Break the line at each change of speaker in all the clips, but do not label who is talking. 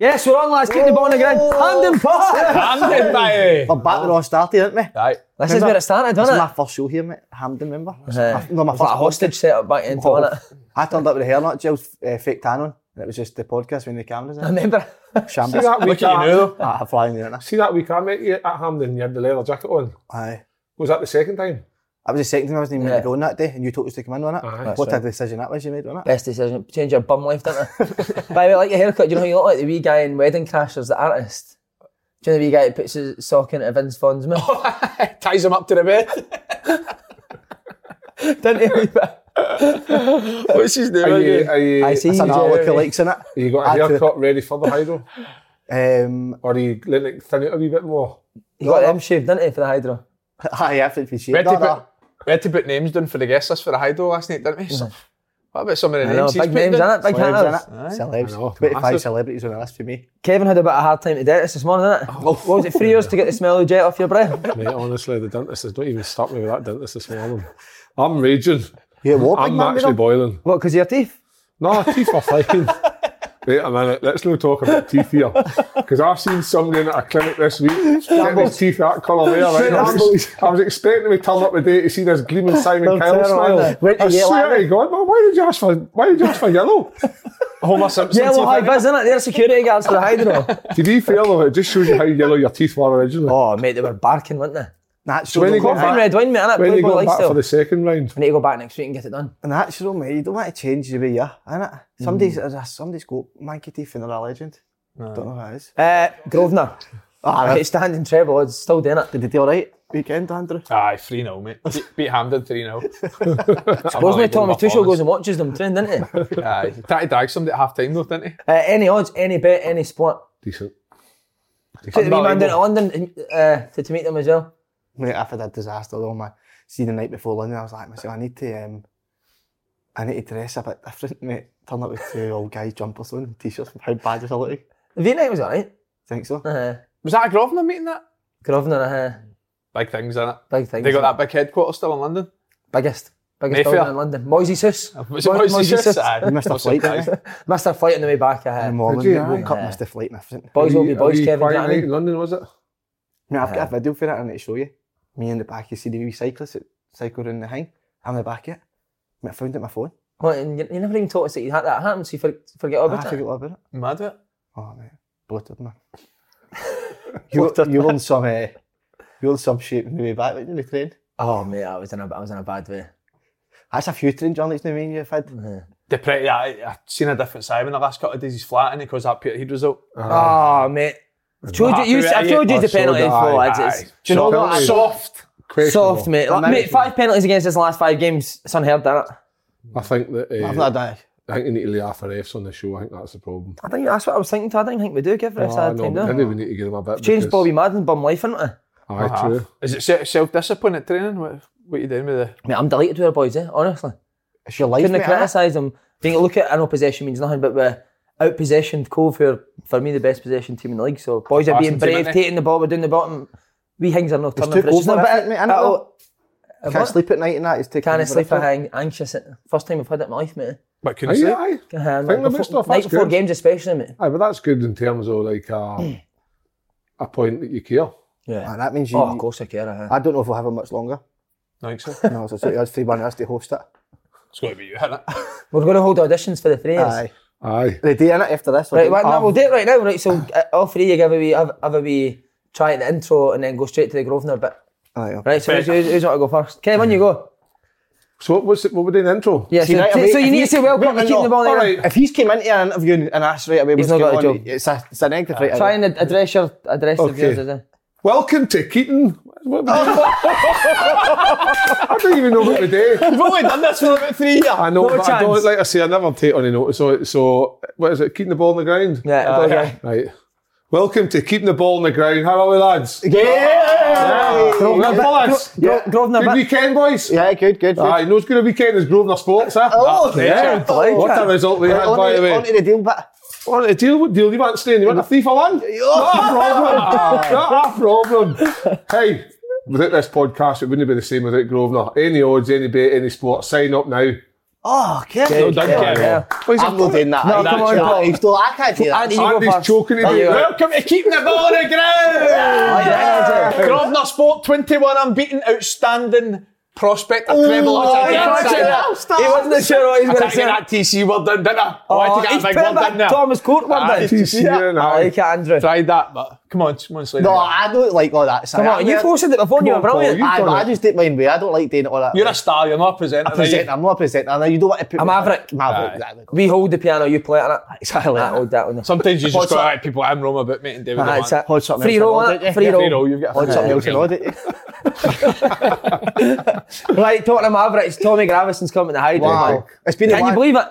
Yes, we're on, lads. Keep the ball on the ground. Hamden Park.
Hamden, mate.
We're back where we all started, aren't we?
Right. This
Remember-
is where it started,
This is
wasn't
my
it?
first show here, mate. Hamden, remember?
Uh,
My- no, my
it was like a
first
hostage set up back into, wasn't it?
I turned up with a hairnet gel, uh, fake tan on, and it was just the podcast when the cameras
I
in.
remember.
Shambles.
See that week
Look at
at-
you now. Ah, I'm flying there, aren't
See that week I met you at Hamden, you had the leather jacket on.
I? Aye.
Was that the second time?
That was the second time I wasn't even meant
Yeah.
to go on that day, and you told us to come in on it.
Aye.
what a decision that was you made on it.
Best decision. Change your bum life, didn't it? By the way, like your haircut, do you know who you look like? The wee guy in Wedding Crashers, the artist. Do you know the wee guy that puts his sock into Vince Vaughn's mouth?
Ties him up to the bed.
Didn't he? wee bit?
What's his name? Are you, are you,
I see
That's
you,
an all
Jeremy.
lookalikes in it.
you got a haircut ready for the hydro?
Um,
Or are you letting it thin out a wee bit more?
He got them shaved, didn't he, for the Hydra?
aye, absolutely
We
shit.
had, to
No,
put,
no.
we had to put names down for the guest list for the Hydro last night, didn't we? So, what about some of the
Mm. I know,
names? he's
big
put
names,
down?
innit? Big
Celebs
hitters.
in it. Celebs.
I know,
25
massive.
celebrities on the list for me.
Kevin had a bit of a hard time at the dentist this morning, didn't it? What was it, three years to get the smell of jet off your breath?
Mate, honestly, the dentist has not even stopped me with that dentist this morning. I'm raging.
Yeah, what? big
I'm
man,
actually
you know?
boiling.
What, because of your teeth?
No, teeth are fine. Wait a minute, let's not talk about teeth here. Because I've seen somebody at a clinic this week getting his teeth that colour there. Right? I, was, I was expecting him to turn up today to see this gleaming Simon
They're
Cowell
terrible,
smile.
aren't they? Wait till
I
you get
swear
like
to God, man, why did you ask for, why did you ask for yellow? Homer Simpson
Yeah, well,
teeth,
high
innit?
biz, isn't it? They're security guards for the Hydra.
To be fair though, it just shows you how yellow your teeth were originally.
oh, mate, they were barking, weren't they?
Natural.
when he
don't
got
you?
back-
Fucking red wine, mate, innit?
when you
Playboy
got back
lifestyle.
for the second round,
I need to go back next week and get it done.
natural, mate. You don't want to change the way you are, innit? Somebody's,
Hmm.
uh, somebody's got manky teeth and they're a legend. Don't know who that is.
Uh, Grosvenor.
Ah,
It's standing treble, it's still doing it.
did they do alright weekend, Andrew?
Aye, 3 0, mate. Beat, beat Hamden 3 0. Oh,
Wasn't it Tommy Tuchel goes and watches them train, didn't he? Uh,
Aye, he tried to dag somebody at half time though, didn't he?
any odds, any bet, any sport.
decent.
Took the wee man down to London uh, to, to meet them as well.
Mate, I've had a disaster though, my see the night before London, I was like myself, I need to um I need to dress a bit different, mate. Turn up with two old guys jumpers on and t-shirts. How bad is it looking?
The V night was alright.
Think so?
Uh,
Was that a Grosvenor meeting that?
Grosvenor, uh,
Big things, innit?
big thing.
They got that big headquarters still in London.
biggest, biggest
Mayfair.
building in London. Moisey's house.
Was it
Mo-
Moisey's
Moisey's
house?
house.
Aye,
You missed a
I'm
flight, didn't
surprised.
you?
Missed our flight on the way back. Uh,
In the morning,
you,
mate,
aye?
woke up,
Yeah.
missed the flight and everything.
boys will
Wee-
be
a
boys,
wee
Kevin. Do you
quiet
know what I
night
mean?
in London, was it?
Mate, I've got a video for it I need to show you. Me in the back, you see the wee cyclist that cycled around the hang. I'm in the back yet. Mate, I found it on my phone.
What, and you, you never even told us that you had that happen, so you for, forget all
I
about
forgot
it.
all about it.
Mad at it.
Oh mate, bloated man. you you were in some uh, you were in some shape on the way back, weren't you, on the train?
Oh mate, I was in a, I was in a bad way.
That's Ah, a few train journeys now, me and you have had.
Oh.
The pretty, I, I've seen a different Simon the last couple of days. He's flatting because that Peterhead result.
Oh mate, I've told you, you, I've told you the penalty
Oh,
for lads. It's-
Do you know what? Soft. questionable.
Soft, mate. Like, mate, five penalties against us in the last five games. It's unheard of. innit?
I think that uh,
I've not had
I think you need to lay off our refs on the show. I think that's the problem.
I think that's what I was thinking. To. I don't think we do give refs
I
a
know, but
time. do
I
Oh, we?
think we need to give them a bit.
Changed
because-
Bobby Madden, bum life, isn't it?
Aye, true.
Is it se- self-discipline at training? What, what you doing with the...
Mate, I'm delighted with our boys, eh? Honestly,
It's your life,
couldn't
mate. ah.
have criticised them. Being look at an possession means nothing, but we're out possessioned Cove, who are for me the best possession team in the league. So boys are
Passing team,
being brave,
aren't they?
taking the ball, we're doing the bottom. We things are not
It's
turning.
took
for us. It's
over,
not-
isn't it, mate? I
it'll-
know. Can't
Oh, uh, what?
sleep at night and that. It's taking
Can I
over,
sleep?
isn't it?
I'm anxious. at- First time I've had it in my life, mate.
What can
Aye,
you say?
aye.
Uh,
Think
night
about
before,
stuff,
night
that's
before
good.
games, especially, mate.
Aye, but that's good in terms of like
Hmm.
a, a point that you care.
Yeah.
Ah, that means you.
Oh, of course I care. Uh,
I don't know if we'll have it much longer.
No, I think so.
No, so it's three one. That's to host it.
It's got to be you, isn't it?
We're going to hold auditions for the three of us.
Aye.
Aye.
The day in it after this.
Right, well, no,
I've-
we'll do it right now. Right, so uh, all three you give a wee, have, have a wee try at the intro and then go straight to the Grosvenor bit.
Aye, oh.
Right, so who's, who's, who's want to go first? Kevin, you go.
So what was it, what were they in the intro?
Yeah,
See,
so,
right,
so,
I mean, if
you need
he-
to say welcome
no,
to
no,
keeping the ball in.
all
the air.
right.
If he's came into an interview and- and asked right away
He's
what's going
not got a
on,
job.
it's a, it's a negative right
Try
away.
and ad- address your address the
Okay.
viewers. is it?
Welcome to Keaton. What- I don't even know what we do.
We've only done this for about three years.
I know,
No
but I don't,
chance.
like I say, I never take any notice of it. So, what is it, keeping the ball on the ground?
Yeah,
Aye.
go again.
Right. Welcome to Keeping the Ball on the Ground. How are we, lads?
Yeah!
Grosvenor
Gro-
lads.
Gro-
Yeah.
Grosvenor
Good
bit.
weekend, boys.
Yeah, good, good. good.
Aye, no, it's good a weekend as Grosvenor Sports, eh?
Oh,
yeah.
yeah. I like
what a
that.
result they had,
Right,
by
onto
the way.
onto the deal bit.
On a deal, what deal you want staying? You want a three for one? Not a problem. Not a problem. Hey, without this podcast, it wouldn't be the same without Grosvenor. Any odds, any bet, any sport, sign up now.
Oh,
No,
Kevin.
don't
yeah,
care.
yeah.
Boys,
I'm not doing that.
No,
I-
come on,
I-
Paul.
I still- I can't do that.
Andy, you go
Andy's
first.
choking
There
him.
you go.
Welcome to Keeping the Ball on the Ground!
Aye, aye, aye.
Grosvenor Sport 21 unbeaten, outstanding prospect of treble.
Oh,
I
yeah,
can't say
yeah.
that.
Stop.
He wasn't sure what he
I
was going
can't
to
get
say.
that TC word in, didn't I? I Ah,
Oh,
wanted to get
he's
that big
put
word
back
in there.
Thomas Court one
Aye,
then.
TC, yeah, no.
I like it, Andrew.
Tried that, but come on, come on, Slade.
No, I don't like all that.
Come on, you posted it before and you were
Come on, Paul,
brilliant.
you-
I,
done
but I
it.
just didn't mind me. I don't like doing it all that.
You're
way.
a star, you're not a presenter.
a presenter. I'm not a presenter. I know you don't want to put
A
me-
maverick.
Maverick,
Aye.
exactly.
We hold the piano, you play on it.
Exactly.
I hold that one.
Sometimes you just
What's
go,
up?
right, people, I'm Roma, but mate and David.
Aye,
Lamont."
it's it.
Hold something
Free
else
roll,
on,
innit?
don't you?
Free
Yeah,
roll.
You know, you've got
Hold something else in
Aye.
order.
Right, talking to Mavericks, Tommy Gravison's coming to Hyde.
Wow. It's been a
Can you
while.
believe it?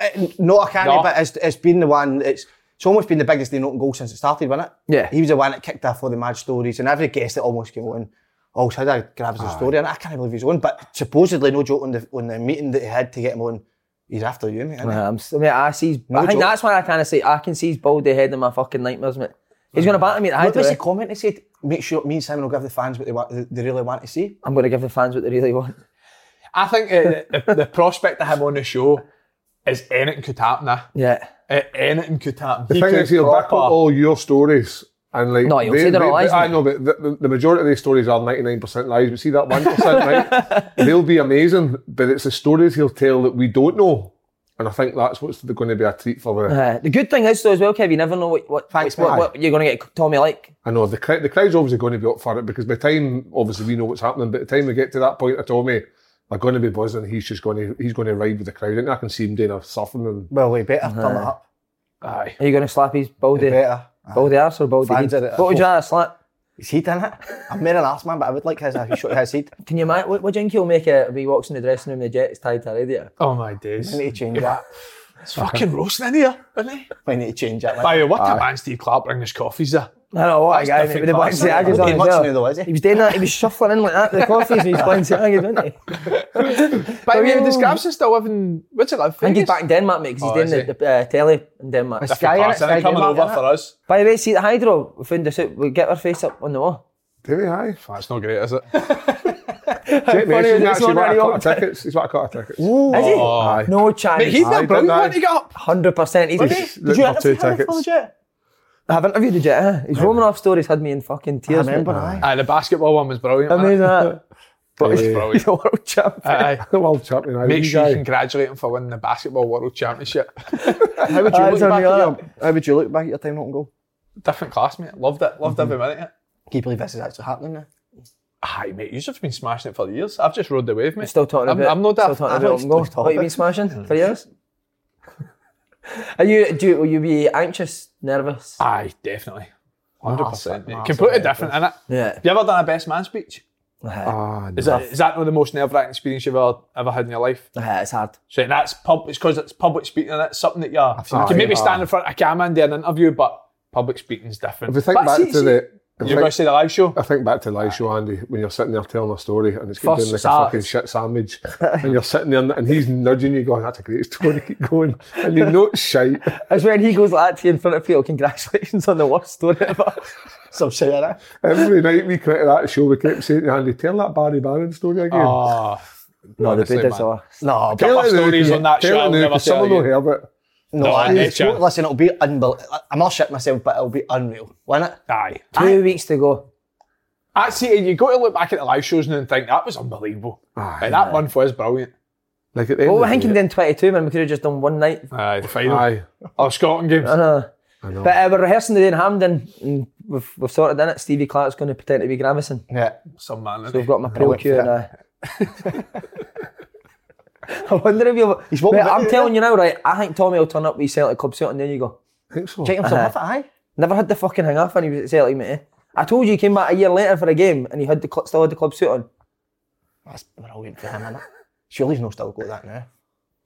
Uh, No, I can't.
No.
But it's, it's been the one. It's it's almost been the biggest day in open goal since it started, wasn't it?
Yeah.
He was the one that kicked off all the mad stories, and every guest that almost came on. Oh, so that grabs the story, and I can't believe he's on. But supposedly, no joke on the on the meeting that he had to get him on. He's after you, mate. isn't he?
Nah, I'm, s- mate, I see. I think
joke.
that's why I kind of say I can see his baldy head in my fucking nightmares, mate. He's gonna batter me at
What was the
Hyde.
comment? He said, "Make sure me and Simon will give the fans what they want, they really want to see."
I'm gonna give the fans what they really want.
I think uh, the, the prospect of him on the show is anything could happen. eh?
Yeah.
Uh, anything could happen.
The thing is, he'll back up all your stories. And like,
No, he'll say they're all lies,
I
mate.
know, but the, the, the majority of these stories are 99% lies. But see that 1%, right? They'll be amazing, but it's the stories he'll tell that we don't know. And I think that's what's going to be a treat for the.
Uh, the good thing is though as well, Kev, you never know what what,
Thanks,
what,
mate.
what you're gonna get Tommy like.
I know the crowd, the crowd's obviously going to be up for it because by the time obviously we know what's happening, but the time we get to that point, I told me they're going to be buzzing. He's just going to he's going to ride with the crowd, and I can see him doing a surfing and
Well, we better turn it up.
aye.
Are you gonna slap his baldy
Better.
baldy arse or baldy
Fans
head?
are at-
What would you rather slap?
Is he done it? I'm not an arse man, but I would like his. He shot his seat.
Can you imagine? What, what do you think he'll make it if he walks in the dressing room? The jet's tied to a radiator.
Oh my days!
We need to change that.
It's fucking roasting in here, isn't it?
We need to change that.
By the way, what a man Steve Clark bringing his coffees there.
I know what a
That's
guy mate,
different
with the
class,
blinds the
isn't it?
Aggies
He's
on
not
as
much
well.
now, though, is
He
he?
was doing that. He was shuffling in like that. The coffees and his blinds the Aggies, wasn't he?
By the way,
Oh.
does Gavson still live in, what's it like,
I think he's
Vegas?
back in Denmark, mate, 'cause
Oh,
he's
is
doing
he?
the, the uh, telly in Denmark.
It's
Sky,
Sky, innit?
Clark's
Sky
coming
Denmark,
over
innit?
for us.
By the way, see the hydro. We found this out. We get our face up on the wall.
Did he? Aye.
That's not great, is it?
Jake
funny is
Mason
it's
actually
not
bought a
really
couple
on
of tickets. He's bought a couple of tickets.
Is he?
Aye.
No
Mate, he's
chance.
Aye,
been brilliant
don't
when he got up.
Hundred percent. He's.
He's
Did
looking
you
for
interview
two
him before
tickets.
the jet? I haven't interviewed the jet. Eh? His Romanov stories had me in fucking tears. mate.
remember, aye.
Aye, the basketball one was brilliant. wasn't it?
Amazing. that.
But
It was
he's
He's
brilliant.
a world champ.
Aye.
the world champion. Aye.
Make
He's
sure you
aye.
congratulate him for winning the basketball world championship.
How would you
Aye,
look
turn
back
me
at
up.
your? How would you look back at your time not goal?
Different class, mate. Loved it. Loved
Mhm.
every minute. of it.
Can you believe this is actually happening now?
Aye, mate, you've just been smashing it for years. I've just rode the wave, mate.
Still talking
I'm,
about.
I'm not
still
that.
I'm
talking about
not
open goal.
still
What you been smashing for years? Are you? Do you, will you be anxious, nervous?
Aye, definitely. 100%.
Massive,
mate. Completely
massive
different, innit?
Yeah.
You ever done a best man speech?
Ah, no.
Is that, is that not the most nerve wracking experience you've ever, ever had in your life?
Aye, it's hard.
So that's pub. It's because it's public speaking, and it's something that you're.
seen
you
it.
can maybe
Aye.
stand in front of a camera and do an interview, but public speaking's different.
If we think
But
back
see-
to
see,
the. if we
you're going to
think-
say the live show.
I think back to live show, Andy, when you're sitting there telling a story and it's doing
First
like a
start.
fucking shit sandwich, and you're sitting there and he's nudging you, going, "That's a great story, keep going," and you know it's shite.
It's when he goes like that to you in front of people. Congratulations on the worst story ever.
Some shit like that.
Every night we created that show, we kept saying, to Andy, tell that Barry Barron story again.
Oh,
no, the
Honestly,
bid is
man.
all.
No, but
tell
couple of stories on that
tell
show
it
I'll
now,
never
'cause
tell
someone will
you.
hear it.
no.
No, I
it's,
hate you.
listen, it'll be unbelievable. I'm not shit myself, but it'll be unreal, won't it?
aye.
Two weeks to go.
Actually, you go to look back at the live shows now and Oh, think that was unbelievable. Aye, that month was brilliant.
Like at the end
Well,
of
we're
the
thinking
day-
then 22, man. We could have just done one night.
Aye, the final.
Aye,
Our Scotland games.
I know.
I know.
But uh, we're rehearsing today in Hamden, and we've, we've sorted in it. Stevie Clark's going to pretend to be Gravison.
Yeah.
Some man.
So
innit?
we've got my pro
went
queue
for
and a. I wonder if you'll.
He's walking
Mate,
about,
I'm
yeah.
telling you now, right? I think Tommy will turn up with Celtic Club suit, and there you go.
think so.
Check himself off it, aye.
Never had the fucking hang off when he was at Celtic, mate. eh? I told you he came back a year later for a game and he had the cl- still had the club suit on.
That's brilliant for him, innit? Surely he's not still got that now.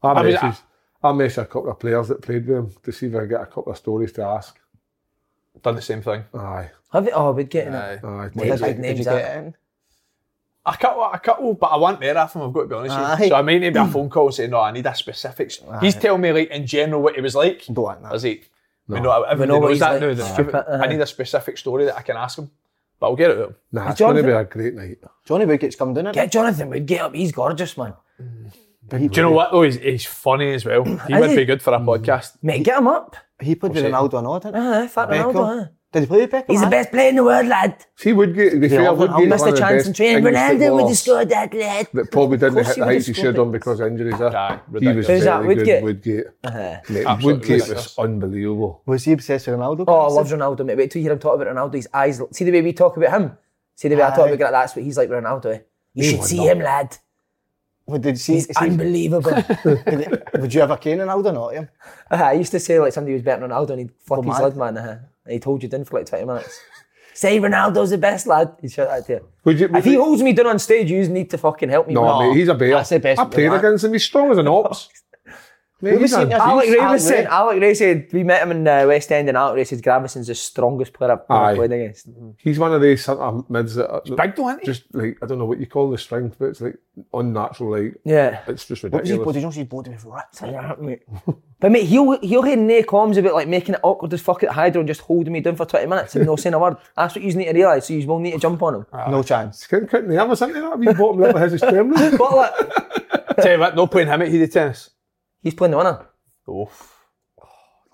I,
I mean,
messaged, I, messaged a couple of players that played with him to see if I get a couple of stories to ask.
Done the same thing.
Aye,
Have you? Oh, we'd get in it.
aye.
Big
Did you- did you
names,
get
that.
it in?
I cut, I cut, all, but I want there after him, I've got to be honest with
Aye.
you. So I may need a phone call saying, no, I need a specifics. He's telling me, like, in general, what he was like.
Don't like that.
Is he? We know, everybody
know what
knows
he's
that
like.
now, the
Aye.
stupid.
Uh-huh.
I need a specific story that I can ask him, but I'll get it out. of him.
Nah, it's
John-
going to be a great night.
Johnny Woodgate's come down, innit?
Get Jonathan Wood, get up. He's gorgeous, man.
Do you know what, though? He's, he's funny as well. He
Is
would
he?
be good for a podcast.
Mate, get him up.
He played with Ronaldo and all, didn't he?
Aye, fat
Beckham.
Ronaldo. eh?
Did he play with Beckham?
He's the
aye?
best player in the world, lad.
See, Woodgate, to be fair,
I'll-
Woodgate
I'll
is
miss
one
Missed
of
a
the
chance
best
in training.
English
Ronaldo would have
footballers
scored that, lad.
That probably didn't
course
hit
he
the
would
heights he
have
should
scored
on
it.
because of injuries. eh?
Aye,
he was
ridiculous.
Who's that,
very
Woodgate?
good. Woodgate,
Uh-huh.
Mate, Woodgate
Absolutely
was
ridiculous.
unbelievable.
Was he obsessed with Ronaldo?
Oh, I love Ronaldo, mate. Wait till you hear him talk about Ronaldo. His eyes, look- see the way we talk about him. See the way I talk
Aye.
about that. That's what he's like with Ronaldo. eh? You should see him, lad.
Well, Did you see?
He's unbelievable.
did- Would you have a cane Ronaldo or not? Him?
Uh-huh, I used to say like somebody was better than Ronaldo and he'd flip
Oh,
his
mad.
lid, man. Uh-huh. And he told you didn't for like 20 minutes. say Ronaldo's the best lad. He'd shout that to you.
Woodgate,
If he
Woodgate-
holds me down on stage, you need to fucking help me.
no,
man.
Oh, mate, he's a bear.
That's the best
I
one to
played
like.
against him. He's strong as an ox. Mate,
we
he's
seen
a
this-
Alec
he's-
Ray
Alec
was saying,
Ray.
Alec Ray said, we met him in uh, West End and Alec Ray said, Gravison's the strongest player I've ever
Aye.
played against.
He's one of these sort of mids that are,
Big though, isn't he?
just like I don't know what you call the strength, but it's like unnatural. Like
Yeah.
it's just
What was he? What
ridiculous.
did you know? He's bloody with ripped.
But mate, he'll he'll hear nay comms about like making it awkward as fuck at Hydro and just holding me down for 20 minutes and no saying a word. That's what you need to realise, so you will need to jump on him.
No chance.
Couldn't couldn't he ever something that wee bottom lip of his is trembling?
But like,
Tell you what, no playing him at Heedy Tennis.
he's playing the winner.
Oof.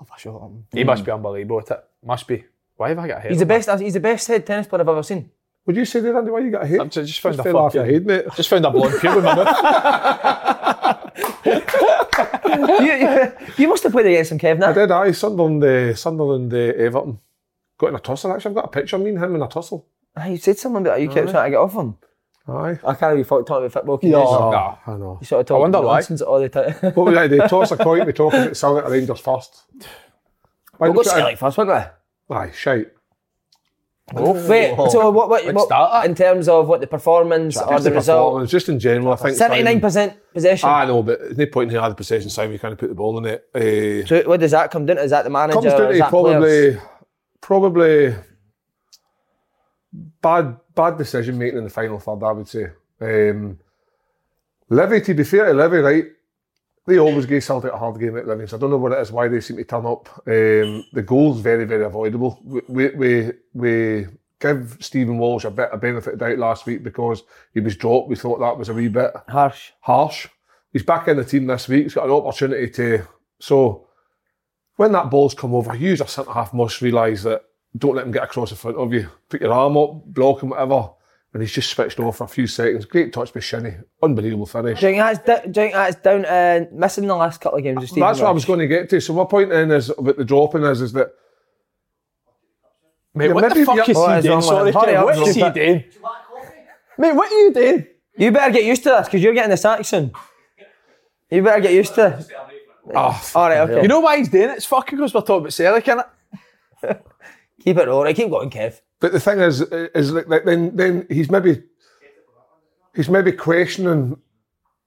Love a shot at him.
He must be unbelievable at it. Must be. Why have I got a head?
He's the best he's the best head tennis player I've ever seen.
Would you say there, Andy? Why you got a hit?
I just found a
fell off your
fucking-
head, mate.
Just found a blonde pure with my mouth.
you, you, you must have played against him,
I
Kev. Now.
did. I Sunderland, uh, Sunderland, uh, Everton. Got in a tussle. Actually, I've got a picture of me and him in a tussle.
Ah, You said something about it, you kept trying to get off him.
Aye.
I can't really fuck talking about football. Can you?
Yeah.
Oh, I know.
You sort of talk
I wonder
about
why.
nonsense all the time.
What was I do? Toss a coin. We talk about Celtic or Rangers first. Why
We'll go
don't you-
Celtic first, won't we?
Aye, shite.
Wait, so what, what,
Let's
what-
start that.
in terms of what the performance or
Just
the result?
performance, Just in general, I think. it's fine.
79% possession.
I know, but there's no point in the other possession side. We kind of put the ball in it. Eh,
So what does that come down to? Is that the manager?
comes down
or
to
is that players?
probably, probably bad bad decision making in the final third. I would say. Um, Levy, to be fair to Levy, right? They always give Celtic a hard game at Living, so I don't know what it is why they seem to turn up. Um, the goal's very, very avoidable. We we we, we give Stephen Walsh a bit of benefit of doubt last week because he was dropped. We thought that was a wee bit
harsh.
harsh. He's back in the team this week. He's got an opportunity to. So when that ball's come over, you as a centre half must realise that don't let him get across in front of you. Put your arm up, block him, whatever. And he's just switched over for a few seconds. Great touch by Shinny. Unbelievable finish.
Do you think that's, do you think that's down to uh, missing the last couple of games of Stephen
That's what I
Ross?
was going to get to. So my point then is about the dropping is is that
Mate,
Yeah,
what
maybe
the fuck
if
is
you-
What
he
is
doing?
wrong with
Sorry,
him? Hurry
Kev,
up,
what is
Joe.
he doing? Mate, what are you doing?
You better get used to this because you're getting the sack soon. You better get used to.
ah
All right, okay.
Oh, You know why he's doing it? It's fucking because we're talking about Celtic, innit?
keep it rolling. Keep going, Kev.
But the thing is, is like, like then then he's maybe he's maybe questioning.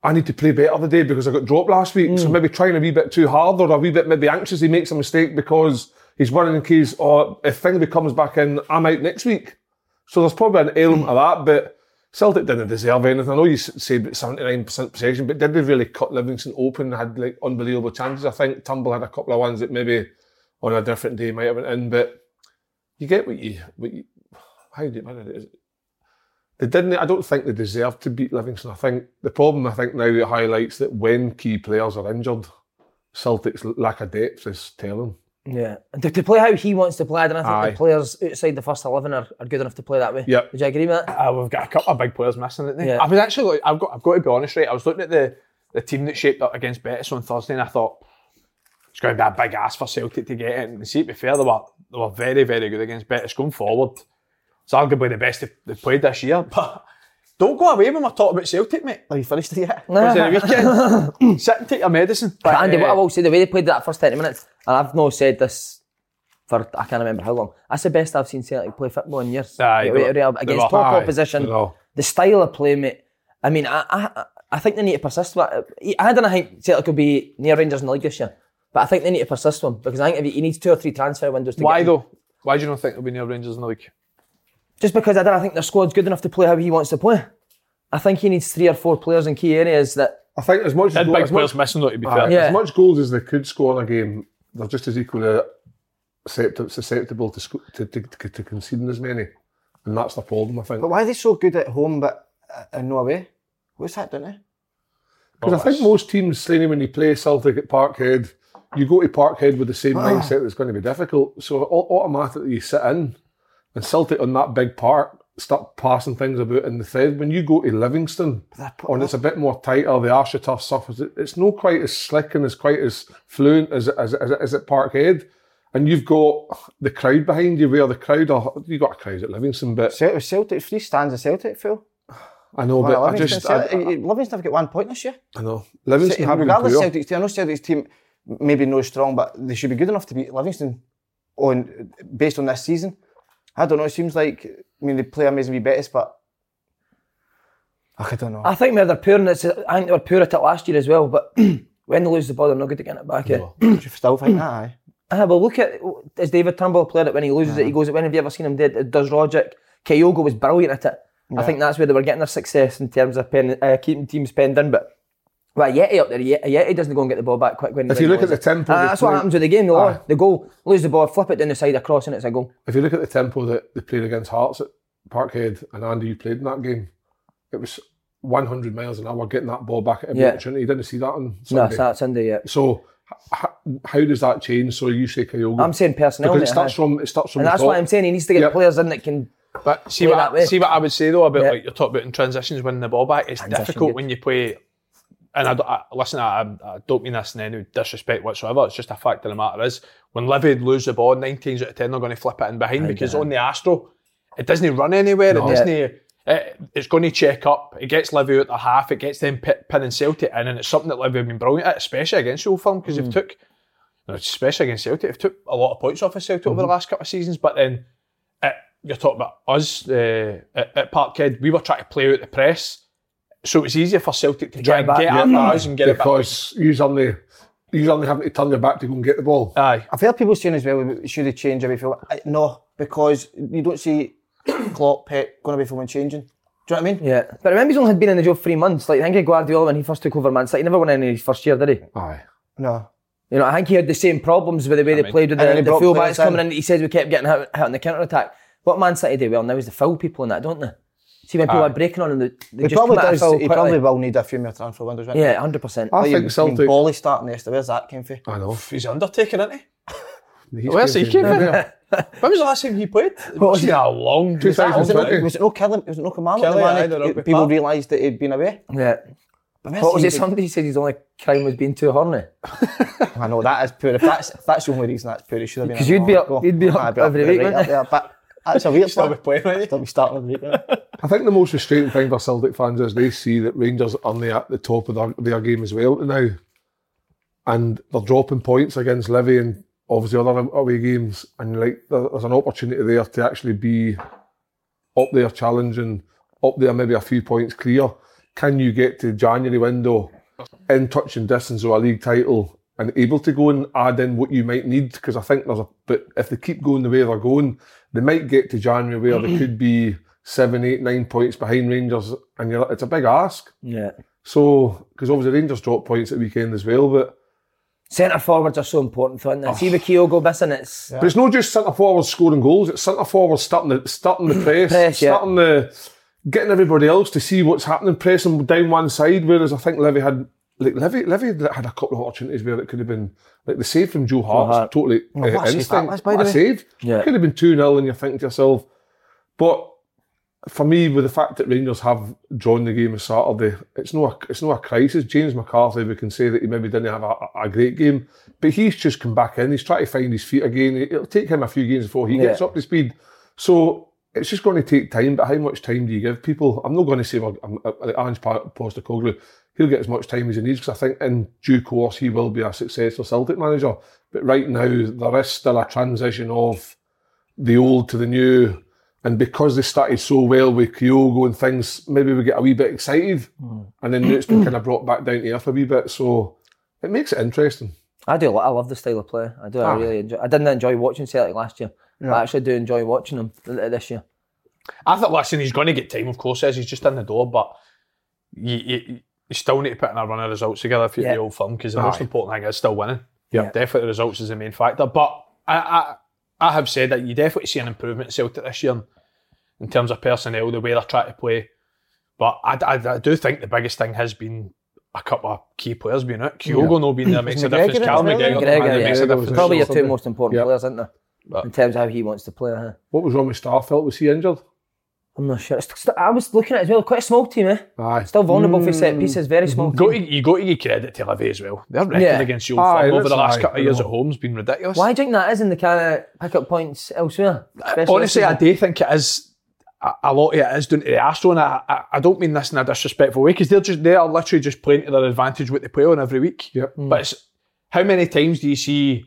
I need to play better today because I got dropped last week. So maybe trying a wee bit too hard or a wee bit maybe anxious. He makes a mistake because he's worrying in case or if Finley comes back in, I'm out next week. So there's probably an element of that. But Celtic didn't deserve anything. I know you s- say about 79% possession, but did they really cut Livingston open and had like unbelievable chances? I think Tumble had a couple of ones that maybe on a different day might have went in, but you get what you what you how do you how do it? They didn't. I don't think they deserved to beat Livingston. I think the problem I think now it highlights that when key players are injured, Celtic's lack of depth is telling.
Yeah. And To, to play how he wants to play, I don't think
Aye.
the players outside the first 11 are, are good enough to play that way.
Yep.
Would you agree with that?
Uh, we've got a couple of big players missing, didn't they?
Yeah.
I was actually, I've got, I've got to be honest, right? I was looking at the the team that shaped up against Betis on Thursday, and I thought it's going to be a big ask for Celtic to get in. And see, to be fair, they were they were very very good against Betis going forward. It's arguably the best they've, they've played this year. But don't go away when we're talking about Celtic, mate.
Have you finished it yet?
Was it the weekend? Sit and take your medicine. But,
Andy, what I
uh,
will say, the way they played that first 20 minutes, and I've not said this for, I can't remember how long, that's the best I've seen Celtic play football in years.
Aye,
Get
they
away
were-
to Real-
they
against
were-
top
aye,
opposition.
they were.
The style of play, mate, I mean, I, I, I think they need to persist with it. I don't think Celtic could be near Rangers in the league this year, but I think they need to persist with him, because I think if he, he needs two or three transfer windows to get
why
him.
though? Why do you not think there'll be near Rangers in the league?
just because I don't think their squad's good enough to play how he wants to play. I think he needs three or four players in key areas that
I think as much as,
Had
goal,
big
as, much,
players missing, though, to be
aye,
fair.
Yeah.
Uh, as much goals as they could score in a game, they're just as equally susceptible, susceptible to, sc- to, to, to, to conceding as many. And that's the problem, I think.
But why are they so good at home but uh, and no away? What's that, don't they?
Because I think most teams, Slaney, when you play Celtic at Parkhead, you go to Parkhead with the same
Ah.
mindset that it's going to be difficult. So au- automatically you sit in, and Celtic on that big park start passing things about in the thread. When you go to Livingston, and it's a bit more tighter, the Ayrshire tough surface, it- it's not quite as slick and as quite as fluent as as as, as at Parkhead. And you've got the crowd behind you, where the crowd are. You got a crowd at Livingston, but
Celtic, Celtic three stands of Celtic, Phil.
I know,
Well,
but I
Livingston,
just I,
Celtic, Livingston have got one point this year.
I- I know Livingston have been
Regardless,
poor.
Celtic's team, I know Celtic's team maybe no strong, but they should be good enough to beat Livingston on based on this season. I don't know. It seems like I mean they play amazing with Betis, but Ugh, I don't know.
I think they're poor, and it's, I think they were poor at it last year as well. But when they lose the ball, they're not good at getting it back. eh?
Do you still think that? Aye.
Ah, well, look at is David Turnbull played it when he loses it, he goes it. When have you ever seen him did? It does logic. Kyogo was brilliant at it. I think that's where they were getting their success in terms of pen, uh, keeping teams penned in. But well, Yeti up there, Yeti, Yeti doesn't go and get the ball back quick when.
If
when
you
he
look at
loses
the
it.
tempo
Ah,
they
that's what
play- Ah.
happens with the game. They, lo-
Aye.
they go, lose the ball, flip it down the side, across, and it's a goal.
if you look at the tempo that they played against Hearts at Parkhead and Andy, you played in that game, it was 100 miles an hour getting that ball back at every
Yeah.
opportunity. You didn't see that on
No,
Sunday.
it's uh, not Sunday yet.
so h- h- how does that change? So you say Kyogo.
I'm saying personnel.
because it
mate,
starts
aye.
from it starts from
and
the
that's
top.
why I'm saying he needs to get
Yep.
players in that can.
But see
Play
what,
that way.
I, see what I would say though about
Yeah.
like you're talking about in transitions winning the ball back. It's
Transition,
difficult
good.
when you play. And I, don't- I listen. I, I don't mean this in any disrespect whatsoever. It's just a fact of the matter is when Livy lose the ball, nine times out of ten they're going to flip it in behind because on the Astro, it doesn't run anywhere. It doesn't. It, it's going to check up. It gets Livy out the half. It gets them pi- pinning Celtic in, and it's something that Livy have been brilliant at, especially against Old Firm because
Hmm.
they've took, especially against Celtic, they've took a lot of points off of Celtic over the
Mm-hmm.
last couple of seasons. But then at, you're talking about us uh, at, at Parkhead, we were trying to play out the press. So it was easier for Celtic to, try
it
and
back.
get
Yeah.
at us and get it back.
because you only you only having to turn your back to go and get the ball.
Uh,
Aye.
I've heard people saying as well, should they change every film? I, no, because you don't see Klopp, Pep going away from when changing. Do you know what I mean?
Yeah, but remember he's only had been in the job three months. Like I think Guardiola when he first took over Man City, he never won any his first year, did he?
Aye.
No.
You know, I think he had the same problems with the way they
mean-
played with
And
the,
he
the
brought
fullbacks
players in.
coming in. He says we kept getting hit, hit on the counter attack. What Man City do well now is the foul people in that, don't they? See when people are breaking on them, they, they
He
just
probably
commit a
does.
foul
He
quickly.
probably will need a few more transfer windows. won't he?
Yeah, hundred percent.
I
Like,
think
I mean,
Celtic.
Bolly starting yesterday. Where's that came from?
I know.
He's Undertaker, isn't he?
He's
Where's he
confused.
keeping?
Yeah.
When was the last time he played? What was it? A long
Was it,
2020.
not, was it no Kelly? Was it no Kilmarnock?
Kelly,
the man
aye,
that-
the rugby
people
pal.
realised that he'd been away.
Yeah.
But
What was
Messi-
it? Somebody said his only crime was being too horny.
I know that is poor. If that's if that's the only reason that's poor, it should have been.
'Cause
a
you'd be
long
up-
ago.
you'd be up
I'd
every week,
right
wouldn't
up there, But that's a weird
Probably
one.
playing, right?
Don't be starting every week. innit?
I think the most frustrating thing for Celtic fans is they see that Rangers are only at the top of their, their game as well now, and they're dropping points against Livy and obviously other away games, and like there- there's an opportunity there to actually be up there challenging, up there maybe a few points clear. Can you get to January window in touch and distance of a league title and able to go and add in what you might need? Because I think there's a but if they keep going the way they're going, they might get to January where they could be seven, eight, nine points behind Rangers, and you're, it's a big ask.
Yeah.
So because obviously Rangers dropped points at the weekend as well, but
Centre forwards are so important, though, aren't they? See with Kyogo missing, it's
but it's not just centre forwards scoring goals; it's centre forwards starting the starting the press,
Press, yeah.
starting the getting everybody else to see what's happening, pressing down one side. Whereas I think Levy had like Levy Levy had a couple of opportunities where it could have been like the save from Joe Hart, was
Hart.
totally uh,
what a save that
instinct.
was, by
What
the
a
way.
save!
Yeah.
Could have been two 0 and you're thinking to yourself, but for me, with the fact that Rangers have drawn the game on Saturday, it's no a, it's no a crisis. James McCarthy, we can say that he maybe didn't have a, a great game, but he's just come back in. He's trying to find his feet again. It'll take him a few games before he gets up to speed. So it's just going to take time. But how much time do you give people? I'm not going to say well, I'm, uh, like Ange Pa- Postecoglou. He'll get as much time as he needs because I think in due course he will be a successful Celtic manager. But right now there is still a transition of the old to the new. And because they started so well with Kyogo and things, maybe we get a wee bit excited. And then it's been kind of brought back down to earth a wee bit. So it makes it interesting.
I do. I love the style of play. I do.
Ah.
I really enjoy. I didn't enjoy watching Celtic last year. but I actually do enjoy watching them th- this year.
I think, listen, he's going to get time, of course, as he's just in the door, but you, you, you still need to put in a run of results together for
Yeah.
the old film because the most important thing is still winning. Yeah. Definitely, results is the main factor. But I, I, I have said that you definitely see an improvement in Celtic this year in, in terms of personnel, the way they're trying to play. But I, I, I do think the biggest thing has been a couple of key players being out. Kyogo no being there makes a difference.
McGregor
Callum
as well,
McGregor,
yeah.
Gregor,
man, it
yeah.
makes a
Gregor
difference.
was
Probably your two
something.
most important
Yeah.
players, aren't they? In terms of how he wants to play. Huh?
What was wrong with Starfelt? Was he injured?
I'm not sure. It's- I was looking at it as well. Quite a small team, eh?
Aye.
Still vulnerable for set
Hmm.
pieces. Very small.
Go
Team.
to, you got to give credit to Levy as well. Their record
Yeah.
against the old
Aye,
firm over
that's
the last
aye,
couple
I
of years
know.
at home's been ridiculous.
Why do you think that is in the kind of pick up points elsewhere?
Uh,
Especially
Honestly,
this
I
season?
do think it is a, a lot of it is down to the Astro, and I, I, I don't mean this in a disrespectful way because they're just they are literally just playing to their advantage what they play on every week.
Yep.
But
Mm.
it's, how many times do you see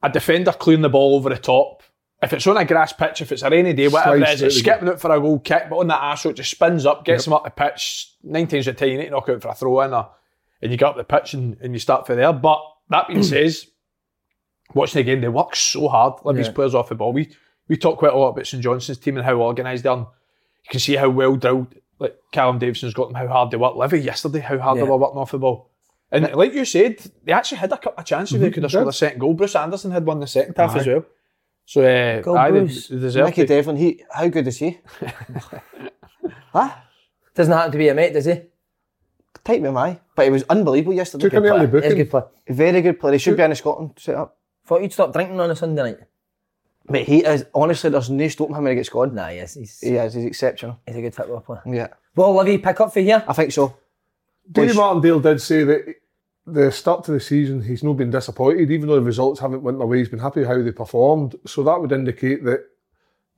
a defender clearing the ball over the top? If it's on a grass pitch, if it's a rainy day, whatever
Slides
it is, it's
through the
skipping out for a goal kick, but on that Astro, it just spins up, gets them up the pitch. Nine times out of ten, you need to knock out for a throw in, or, and you get up the pitch and, and you start from there. But that being said, watching the game, they work so hard. Libby's players off the ball. We we talk quite a lot about St Johnson's team and how organised they are. You can see how well drilled like Callum Davison's got them, how hard they work. Livy yesterday, how hard they
Yeah.
were working off the ball. And like you said, they actually had a couple of chances.
Mhm.
They could have scored a second goal. Bruce Anderson had one in the second half as well. So uh,
Go
aye, they-
Bruce.
they deserve
Nicky
to-
Devlin, he, how good is he? Ah, huh?
Doesn't happen to be a mate, does he?
Type him I. But it was unbelievable yesterday.
Took an early
He's a
booking.
good player.
Very good player. He should be in a Scotland set up.
Thought you'd stop drinking on a Sunday night.
But he is honestly there's no stopping him when he gets gone.
Nah, yes, he's,
He is, he's exceptional.
he's a good football player.
Yeah.
Well, Livy, pick up for here.
I think so.
Dave Martindale did say that the start to the season, he's not been disappointed, even though the results haven't went their way. He's been happy how they performed. So that would indicate that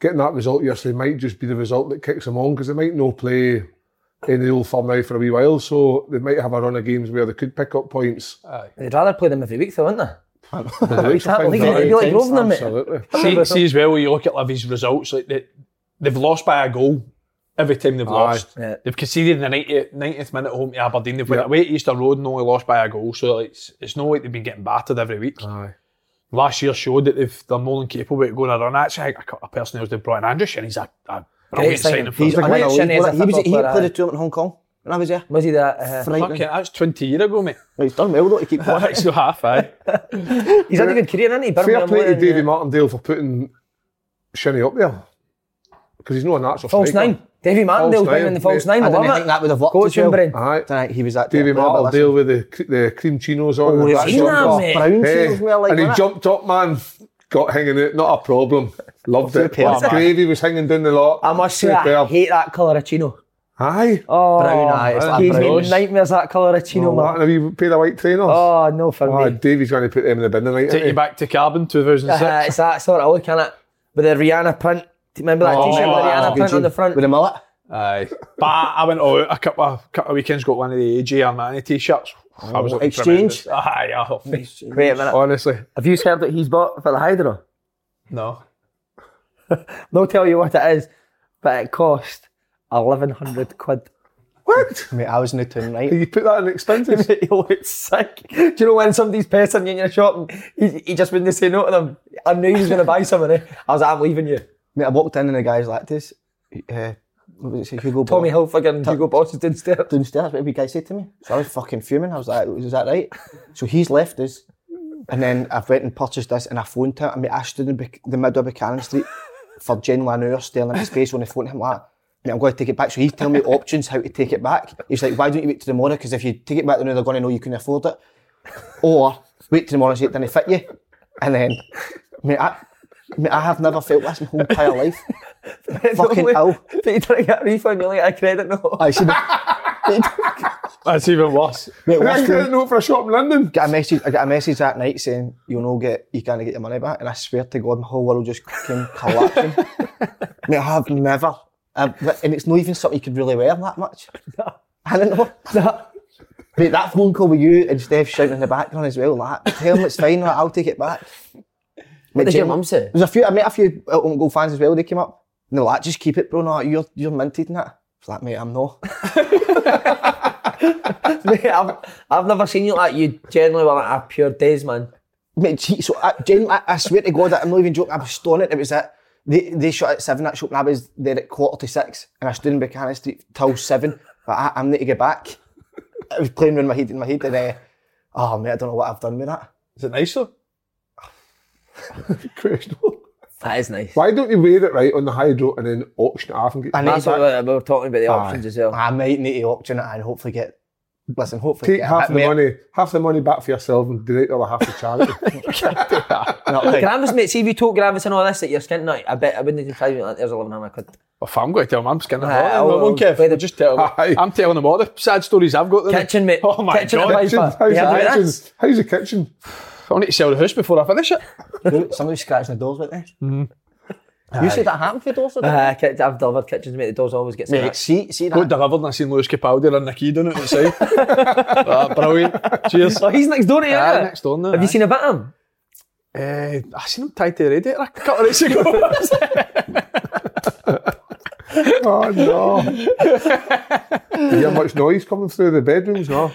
getting that result yesterday might just be the result that kicks them on because they might not play in the old firm now for a wee while. So they might have a run of games where they could pick up points.
They'd rather play them every week, though, wouldn't they?
Absolutely.
can't believe it. It'd be like Grosvenor, mate.
Absolutely.
see, see as well. You look at Livy's results; like they, they've lost by a goal every time they've lost.
Yeah.
They've conceded in the 90th, 90th minute at home to Aberdeen. They've went
Yeah.
away to Easter Road and only lost by a goal. So it's it's not like they've been getting battered every week.
Aye.
Last year showed that they've, they're more than capable of going on a run. Actually, a couple of personnel they brought in. Andrew Shinney's a, a brilliant signing
signing.
for
He's
them.
a- Mike Shinney is a
he, was, he
football player,
played
aye.
a tournament in Hong Kong when I was there.
Was he that? Uh,
Frightening.
Fucking, that was 20 years ago, mate.
He's done well though to keep going.
That's no half, aye.
he's had a good career, hasn't he?
Fair
Birmingham
play to
winning,
Davy
yeah.
Martindale for putting Shinny up there because he's not a natural
False
striker.
nine. Davy Martindale
False
playing in
nine,
the false
mate.
nine. I
I didn't
love
think
it.
that would have worked
Coach
as well.
Brain.
Aye.
Aye, he was that
Davy
type of player, but
Martindale with the, cre- the cream chinos on. and
listen,
that
he's
jumped
that,
off.
mate.
Brown
Hey,
seals me like
and he
that.
jumped up, man. Got hanging out, not a problem. Loved it.
Superb.
What gravy was hanging down the lot.
I must say, I
Superb.
hate that colour of chino.
Aye.
Oh,
Brown eye, it's that
gives me
brown.
nightmares that colour of chino,
That
man.
and have you paid a white trainers?
Oh, no, for
Aye,
me.
Davey's going to put them in the bin tonight.
Take you
isn't
back to Carbon 2006.
Uh, it's that sort of look, can it? With the Rihanna print. Do you Remember
Ah,
that
Oh,
e
t-shirt with the
that's
Rihanna
a
print on the front?
With a mullet.
Aye. But I went out a couple of, couple of weekends, got one of the AJ Armani t-shirts. I was looking
exchange?
tremendous. Aye, oh, aye.
Wait a minute.
Honestly,
Have you heard that he's bought for the Hydra?
no.
They'll tell you what it is, but it cost 1,100 quid.
Mate, I was in the town, right?
he? You put that in expenses.
he looks sick. Do you know when somebody's pissing you in your shop and he, he just wouldn't say no to them? I knew he was going to buy something. I was like, I'm leaving you.
Mate, I walked in and the guy's like this. Uh, what was it? say, Hugo
Tommy
Boss
Hilfiger and Hugo Boss is downstairs.
downstairs. What did the guy say to me? So I was fucking fuming. I was like, "Is that right?" So he's left us, and then I went and purchased this, and I phoned him. I mean, I stood in Buch- the middle of Buchanan Street for genuine hour staring at his face when I phoned him like. Mate, I'm going to take it back. So he's telling me options how to take it back. He's like, why don't you wait till the morning? Because if you take it back, then they're going to know you couldn't afford it. Or wait till the morning and see it didn't fit you. And then, mate, I, mate, I have never felt this my whole entire life. Fucking hell.
But you don't get a refund, you only get a credit note.
I should
That's even worse.
mate,
I
worst
didn't
thing,
know for a shop in London.
get a message. I got a message that night saying you'll not get, you can't get your money back, and I swear to God, my whole world just came collapsing. mate, I've never, I've, and it's not even something you could really wear that much. I don't know. Mate, that phone call with you and Steph shouting in the background as well. Like, tell him it's fine. like, I'll take it back.
What did your
Jim-
mum say?
There's a few. I met a few uh, own goal fans as well. They came up. And they're like, just keep it, bro. No, you're you're minted in that. It's like, mate, I'm not.
Mate, I've, I've never seen you like that. you generally were like a pure days man.
Mate, gee, so I, genuinely, I, I swear to God, I'm not even joking. I was stoned. It was that they they shot at seven at shop, and I was there at quarter to six, and I stood in Buchanan Street till seven. But I, I'm need to get back. I was playing around my head in my head, and uh, oh mate, I don't know what I've done with that.
Is it nicer?
Questionable.
That is nice.
Why don't you weigh it right on the hydro and then auction it off and get
I need
That's
to,
what we were- we were talking about the options as well.
I might need to auction it and hopefully get. Listen, hopefully
take
get a
half
bit,
the
mate.
money, half the money back for yourself and donate the other half to charity.
No, like,
Gravis, mate, see if you told Gravis and all this that you're skinting out, I bet I wouldn't even try to be like, there's 11 and I could.
Well, if I'm going to tell him, I'm skinning
Aye,
I
I'll-
won't
I'll-
care. if they just tell him.
Aye.
I'm telling him all the sad stories I've got. There.
Kitchen, mate.
Oh my
kitchen
god.
Advisor.
Kitchen, how's,
Yeah,
the
but
kitchen?
that's-
how's the kitchen?
I need to sell the house before I finish it.
Who- Somebody scratching the doors like this. You said that happened for doors, didn't
Uh, kit- I've delivered kitchens, mate. The doors always get
it? Mate,
scratched.
see, see
Got
that.
delivered and I seen Lewis Capaldi running the key down it outside. ah, brilliant. Cheers.
Oh, he's next door to you.
Aye,
isn't it?
next door now,
Have you
aye.
seen a bit of him?
Eh, I seen him tied to the radiator a couple of days ago.
Oh no! you hear much noise coming through the bedrooms? No.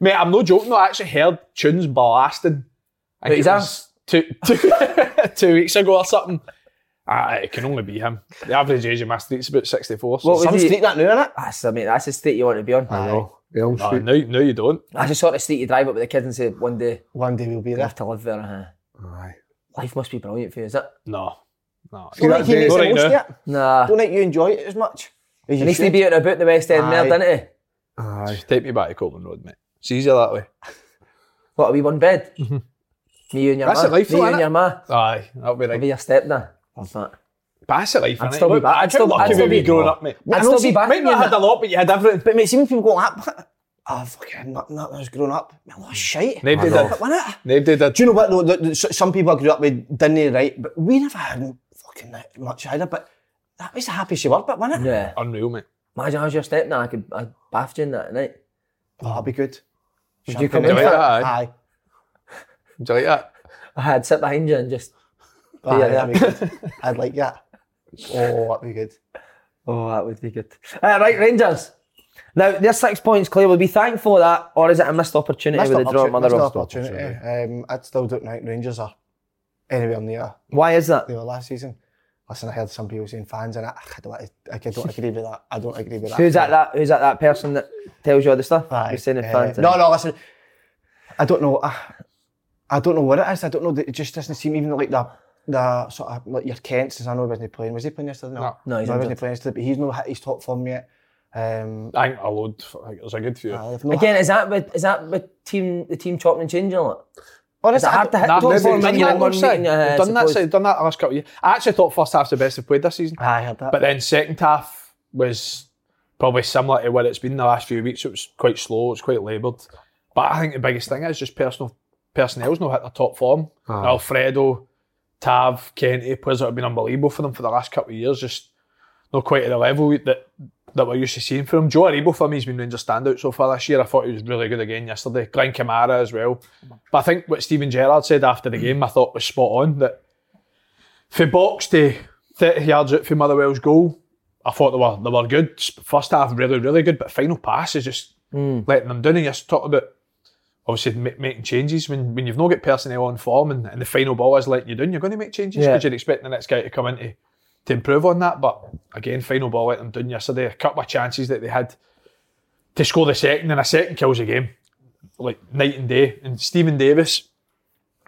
Mate, I'm no joking. though, I actually heard tunes blasting. I think
his
it was two, two, two weeks ago or something. Ah, it can only be him. The average age of my street's about 64. So
What was
Some
he-
street that new, innit?
That's the mate. That's the street you want to be on.
I know. Elm
Ah,
Street.
now, now you don't.
That's the sort of street you drive up with the kids and say, one day
One day we'll be
you
there.
have to live there. Huh?
Aye.
Life must be brilliant for you, is it?
No. No.
Don't
that
think he
day-
makes the
Not right
most of
now.
it.
Nah.
Don't think you enjoy it as much. as
eh? He
you
needs to
should.
be out and about the West End there,
Aye.
doesn't he?
Aye.
Just Take me back to Coleman Road, mate. It's easier that way.
What, are we one bed? Me, you and your
That's
ma.
a life
Me,
though,
you and
innit?
your ma.
Aye, that'll be right.
Maybe your stepdad. Love that.
Pass it life,
I'd
innit?
still be
Look,
back- I'd
how
still- I'd
lucky
still
were we
be-
growing up, mate.
I'd still be back
Might
in
not
that.
had a lot, but you had everything.
But mate, see when people go like that, oh fucking nut nut when I was growing up, man, what shite.
Name did
Wasn't
that.
it?
Name did that.
Do you know what though? that- that s- Some people I grew up with didn't they, right, but we never had fucking that much either. But that was the happiest you were, but wasn't it?
Yeah.
Unreal, mate.
Imagine I was your stepdad. I could I'd bath you in that at night.
Oh, that'd be good. Would
you come
in for that, aye?
Aye.
Do you like that?
I'd sit behind you and just.
Aye,
Yeah,
that'd be good. I'd like that. Oh, that'd be good.
Oh, that would be good. Uh, right, Rangers. Now, their six points clear. Will we be thankful for that, or is it a missed opportunity
Missed
with the draw at
opportu- missed
Motherwell?
opportunity. Um, I'd still don't think Rangers are anywhere near
Why is that?
they were last season. Listen, I heard some people saying fans, and I, I don't, I, don't agree with that. I don't agree with that.
Who's that, that? Who's that? That person that tells you all the stuff? You're saying the
eh,
fans.
no, no, listen. I don't know. I, I don't know what it is. I don't know. It just doesn't seem even like the the sort of like your Kents. Since I know he wasn't playing. Was he playing yesterday? No,
No, he's
he wasn't
injured.
playing yesterday. But he's not hit his top form yet. Um,
I think a load. I think It was a good few.
I have no-
Again, is that with, is that with team the team chopping and changing a lot? Is
honestly,
it
I
hard to
don't-
hit
Nah,
top
they've
form?
done
in your
that,
one
don't say.
meeting, uh,
They've done that.
suppose?
say, they've Done that last couple of years. I actually thought first half's the best they've played this season.
I heard that.
But then second half was probably similar to what it's been the last few weeks. It was quite slow. It's quite laboured. But I think the biggest thing is just personal personnel's not hit their top form. Alfredo, Tav, Kenty, players that have been unbelievable for them for the last couple of years, just not quite at the level that that we're used to seeing from him. Joe Aribo for me has been Rangers standout so far this year. I thought he was really good again yesterday. Glenn Kamara as well. But I think what Stephen Gerrard said after the game I thought was spot on that for box to 30 yards out for Motherwell's goal, I thought they were they were good. First half really, really good, but final pass is just letting them down. And you talk about obviously ma- making changes when, when you've not got personnel on form and, and the final ball is letting you down, you're going to make changes
Yeah.
because you're expecting the next guy to come in to, to improve on that. But again, final ball let them down yesterday. A couple of chances that they had to score the second, and a second kills the game like night and day. And Stephen Davis,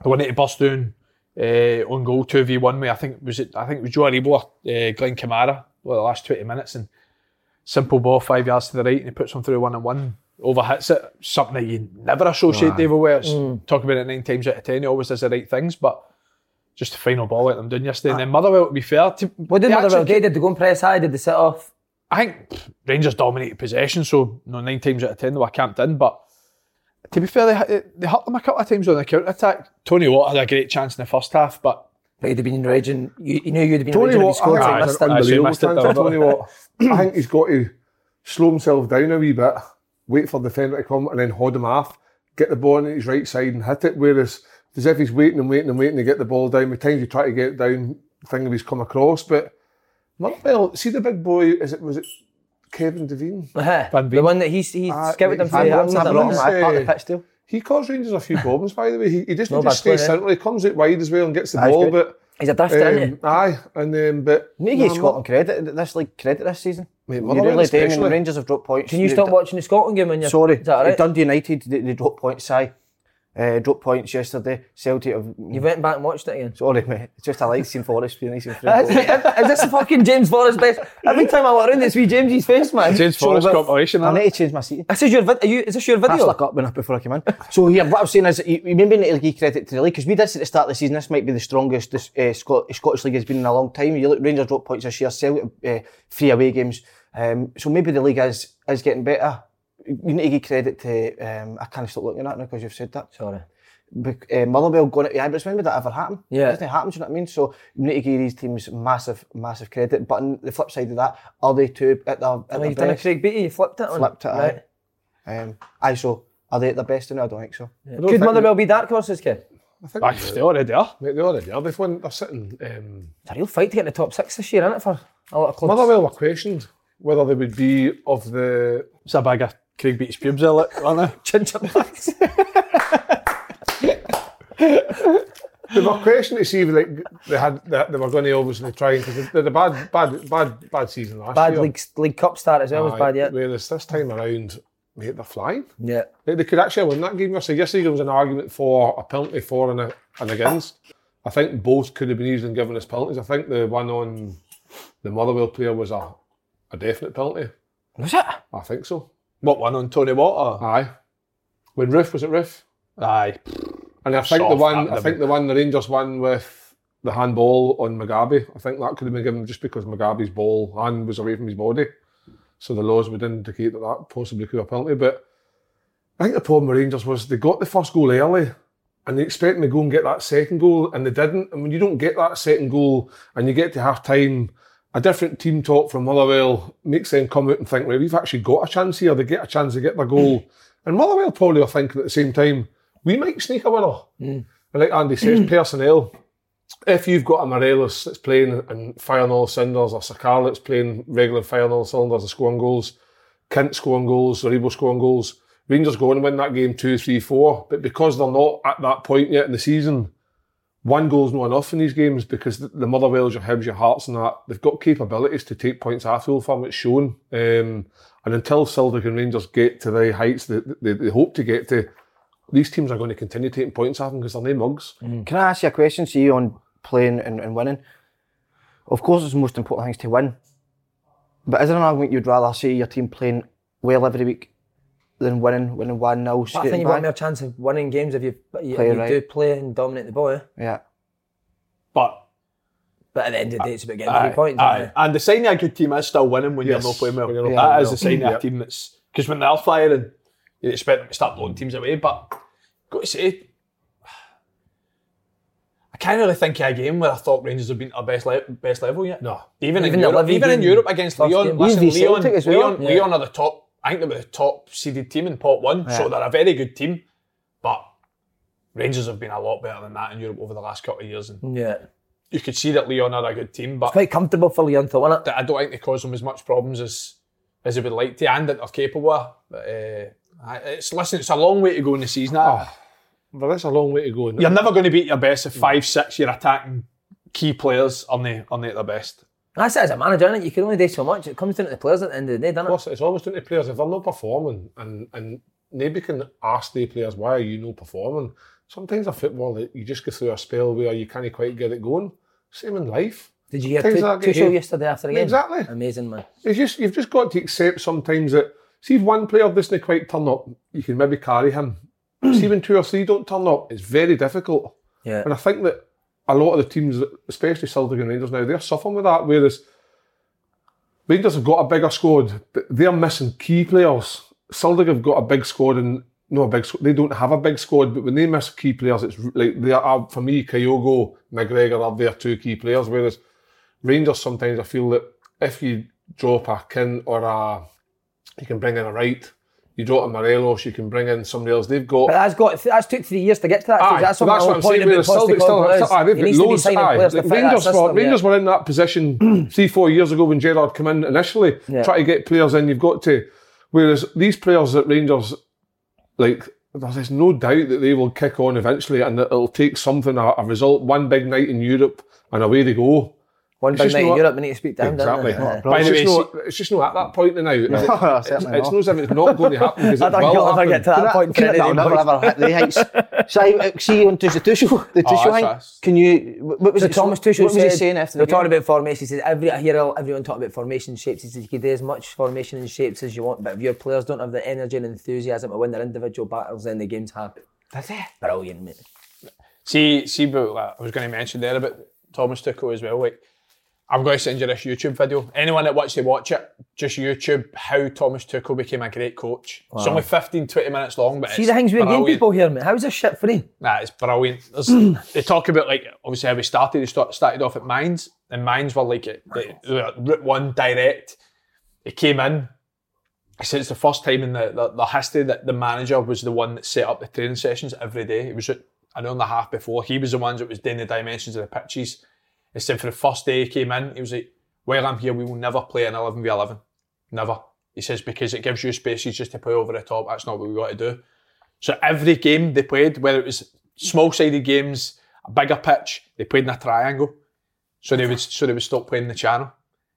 the one that he burst down uh, on goal two v one way. I think was it. I think it was Joe Aribo, uh, Glenn Kamara, well, the last twenty minutes and simple ball five yards to the right and he puts him through one and one. Overhits it, something
Mm.
that you never associate David Wells. Talk about it nine times out of ten, he always does the right things, but just the final ball at them doing yesterday. and then Motherwell, to be fair, to,
Ah. What did
they
Motherwell
actually-
do? Did they go and press high? Did they set off?
I think pff, Rangers dominated possession, so you know, nine times out of ten they were camped in. But to be fair, they, they hurt them a couple of times on the counter attack. Tony Watt had a great chance in the first half, but
But he'd have been raging. You, you knew you'd have been
Tony
raging
Watt,
if he scored.
I,
so he
think it's
missed it.
I assume
unbelievable
missed it,
thing
though,
for Tony Watt. I think he's got to slow himself down a wee bit, wait for the defender to come and then hold him off, get the ball on his right side and hit it. Whereas if as if he's waiting and waiting and waiting to get the ball down, with times you try to get it down, thing he's come across. But Murphy, see the big boy, is it was it Kevin Devine?
Uh-huh.
Van
The
Veen.
one that he, he
Ah,
scouted them
Van
for the
Veen,
Hibs, I
Van
don't know.
Veen.
I part of the pitch deal.
He caused Rangers a few problems, by the way. He, he just
No
needs
bad
to stay
player, eh?
central. He comes out wide as well and gets the
Ah, he's
ball.
good.
But
He's a drifter, isn't he?
um, aye, and then but
Need to give
Nah,
Scotland credit this like credit this season.
Mate,
you
Motherwell
really do. I mean,
especially.
the Rangers have dropped points.
Can you
They've
stop
d-
watching the Scotland game when you're
Sorry,
Is that all right?
Dundee United they, they dropped points. Aye, uh, dropped points yesterday. Celtic have.
You went back and watched it again.
Sorry, mate. It's just I like seeing Forest being nice and free.
Is is this the fucking James Forrest best? Every time I walk around, it's wee James's face, man.
James Forrest compilation.
I
innit?
need to change my seat.
This is your vid- are you, is this your
I
video?
stuck up when I, before I came in. So yeah, what I'm saying is, you, you maybe need to give credit to the league because we did say at the start of the season this might be the strongest this, uh, Scot- Scottish league has been in a long time. You look, Rangers drop points this year, Celtic uh, three away games. Um, so maybe the league is is getting better. You need to give credit to. Um, I can't stop looking at it now because you've said that.
Sorry.
Bec- uh, Motherwell going to Ibrox. When would that ever happen?
Yeah.
it doesn't happen. Do you know what I mean? So you need to give these teams massive, massive credit. But on the flip side of that, are they too at their, at
I
their
mean, you've done a
best?
Craig Beattie, you flipped it on.
Flipped it, aye.
right.
Um, aye, so are they at their best? In it? I don't think so.
Could Motherwell be dark horses, kid?
I think
Aye, they already are.
Mate, they already are. They've won. They're sitting. Um,
It's a real fight to get in the top six this year, isn't it, for a lot of clubs?
Motherwell were questioned whether they would be of the.
It's a bag of Craig Beat's pubes, there, look,
uh,
aren't they?
Ginger blacks.
They were questioned to see if like they had they, they were going to obviously try and because they had a bad bad bad bad season last year.
bad league, league cup start as well was
Aye,
bad yet.
Whereas this time around, mate, they're flying.
Yeah.
They, they could actually win that game. Yesterday, yesterday there was an argument for a penalty for and, a, and against. I think both could have been easily given as penalties. I think the one on the Motherwell player was a a definite penalty.
Was it?
I think so.
What one on Tony Water?
Aye. When Roof was it Roof?
Aye.
And I think
Soft,
the one,
that
I
would
think
be-
the one the Rangers won with the handball on Mugabe. I think that could have been given just because Mugabe's ball hand was away from his body, so the laws would indicate that that possibly could have penalty. But I think the problem with Rangers was they got the first goal early, and they expected to go and get that second goal, and they didn't. And when you don't get that second goal, and you get to half time. A different team talk from Motherwell makes them come out and think, well, we've actually got a chance here. They get a chance to get their goal. And Motherwell probably are thinking at the same time, we might sneak a winner. And like Andy says, personnel. If you've got a Morelos that's playing and firing all cylinders, or Sakar that's playing regular and firing all cylinders and scoring goals, Kent scoring goals, Rebo scoring goals, Rangers go on and win that game two, three, four. But because they're not at that point yet in the season, one goal's not enough in these games because the, the Motherwells, your Hibs, your Hearts, and that they've got capabilities to take points off Wolf Farm. It's shown, um, and until Celtic and Rangers get to the heights that they, they hope to get to, these teams are going to continue taking points off them because they're no mugs.
Can I ask you a question? See you on playing and, and winning. Of course, it's the most important things to win. But is there an argument you'd rather see your team playing well every week than winning, winning one 0
I think you've got more chance of winning games if you, you,
Play
you
right.
do play and dominate the ball. eh?
Yeah.
But
But at the end of the day, it's about getting
Aye,
three points.
aye.
isn't it?
And the sign of a good team is still winning when
Yes,
you're not playing well.
when
That
you're
is
not playing
the sign of a team that's because when they're firing, you expect them to start blowing teams away. But got to say, I can't really think of a game where I thought Rangers have been at their best, le- best level yet.
No.
even,
Even
in
the
Europe,
Livy
even in
game,
Europe against
first
Leon.
game.
Listen,
Even
Leon,
Celtic as well.
Leon,
Yeah.
Leon are the top. I think they were the top seeded team in pot one, so they're a very good team. But Rangers have been a lot better than that in Europe over the last couple of years, and
Yeah.
you could see that Leon are a good team. But
Quite comfortable for Leon to win it.
that I don't think they cause them as much problems as as they would like to, and that they're capable of. But, uh, I- it's listen, it's a long way to go in the season.
Oh, but that's a long way to go. isn't it?
You're never going to beat your best if five, six your attacking key players are not are not their best.
That's it as a manager, innit? You can only do so much. It comes down to the players at the end of the day, doesn't it?
Plus, it's always down to players if they're not performing, and and nobody can ask the players why are you not performing. Sometimes a football you just go through a spell where you can't quite get it going. Same in life.
Did you hear
Things like that
Tu-
get you.
Tuchel yesterday after the game?
Exactly.
Amazing, man.
It's just you've just got to accept sometimes that see if one player doesn't quite turn up, you can maybe carry him. see when two or three don't turn up, it's very difficult.
Yeah.
And I think that a lot of the teams, especially Celtic and Rangers now, they're suffering with that. Whereas Rangers have got a bigger squad, but they're missing key players. Celtic have got a big squad and no a big squad. They don't have a big squad, but when they miss key players, it's r- like they are for me. Kyogo, McGregor are their two key players. Whereas Rangers, sometimes I feel that if you drop a Kin or a, you can bring in a Wright, you drop a Morelos, you can bring in somebody else. They've got
But that's got that's took three years to get to that. stage.
Aye,
that's
so
what my
that's
whole
what I'm
point
saying.
about
Rangers still,
Postecoglou is.
aye, they've
he
got
needs to be
loads,
signing
aye.
players to
Like,
fit that
Rangers,
system.
were, Rangers
yeah.
were in that position three, four years ago when Gerard came in initially,
Yeah.
try to get players in. You've got to. Whereas these players at Rangers, like there's there's no doubt that they will kick on eventually, and that it'll take something a, a result, one big night in Europe, and away they go.
One
It's
big
just
night in
not-
Europe, we need to speak down. don't
Exactly.
we?
By
By
it's,
the
just
way,
not, it's just not at that point now. it's, it's
certainly
not
not.
as if it's not going to happen because
I
it
don't
will
I'll never
happen.
get to that point. Kennedy,
I'll never
boys.
ever hit the heights. So I see on Tuesday Tuchel, the Tuchel
that's
thing.
us.
Can you? What was
Oh, So
it,
Thomas
What
Tuchel
was
said,
he saying after
they're
the game?
talking about formations. He says, every, I hear all, everyone talk about formation shapes. He says, you can do as much formation and shapes as you want, but if your players don't have the energy and enthusiasm to win their individual battles, then the game's hard. That's it. Brilliant, mate.
See, see, but like, I was going to mention there about Thomas Tuchel as well. Like, I'm going to send you this YouTube video. Anyone that wants to watch it, just YouTube how Thomas Tuchel became a great coach. It's only 15, 20 minutes long, but
See
it's
the things we're getting
brilliant.
people here, mate. How's this shit free?
Nah, it's brilliant. There's- they talk about like obviously how we started. They start, started off at Mines, and Mines were like at the, they were at Route One direct. He came in. He said it's the first time in the, the, the history that the manager was the one that set up the training sessions every day. It was at an hour and a half before. He was the ones that was doing the dimensions of the pitches. He said for the first day he came in, he was like, "While I'm here, we will never play an eleven v eleven, never." He says because it gives you spaces just to play over the top. That's not what we got to do. So every game they played, whether it was small sided games, a bigger pitch, they played in a triangle. So they would so they would stop playing the channel.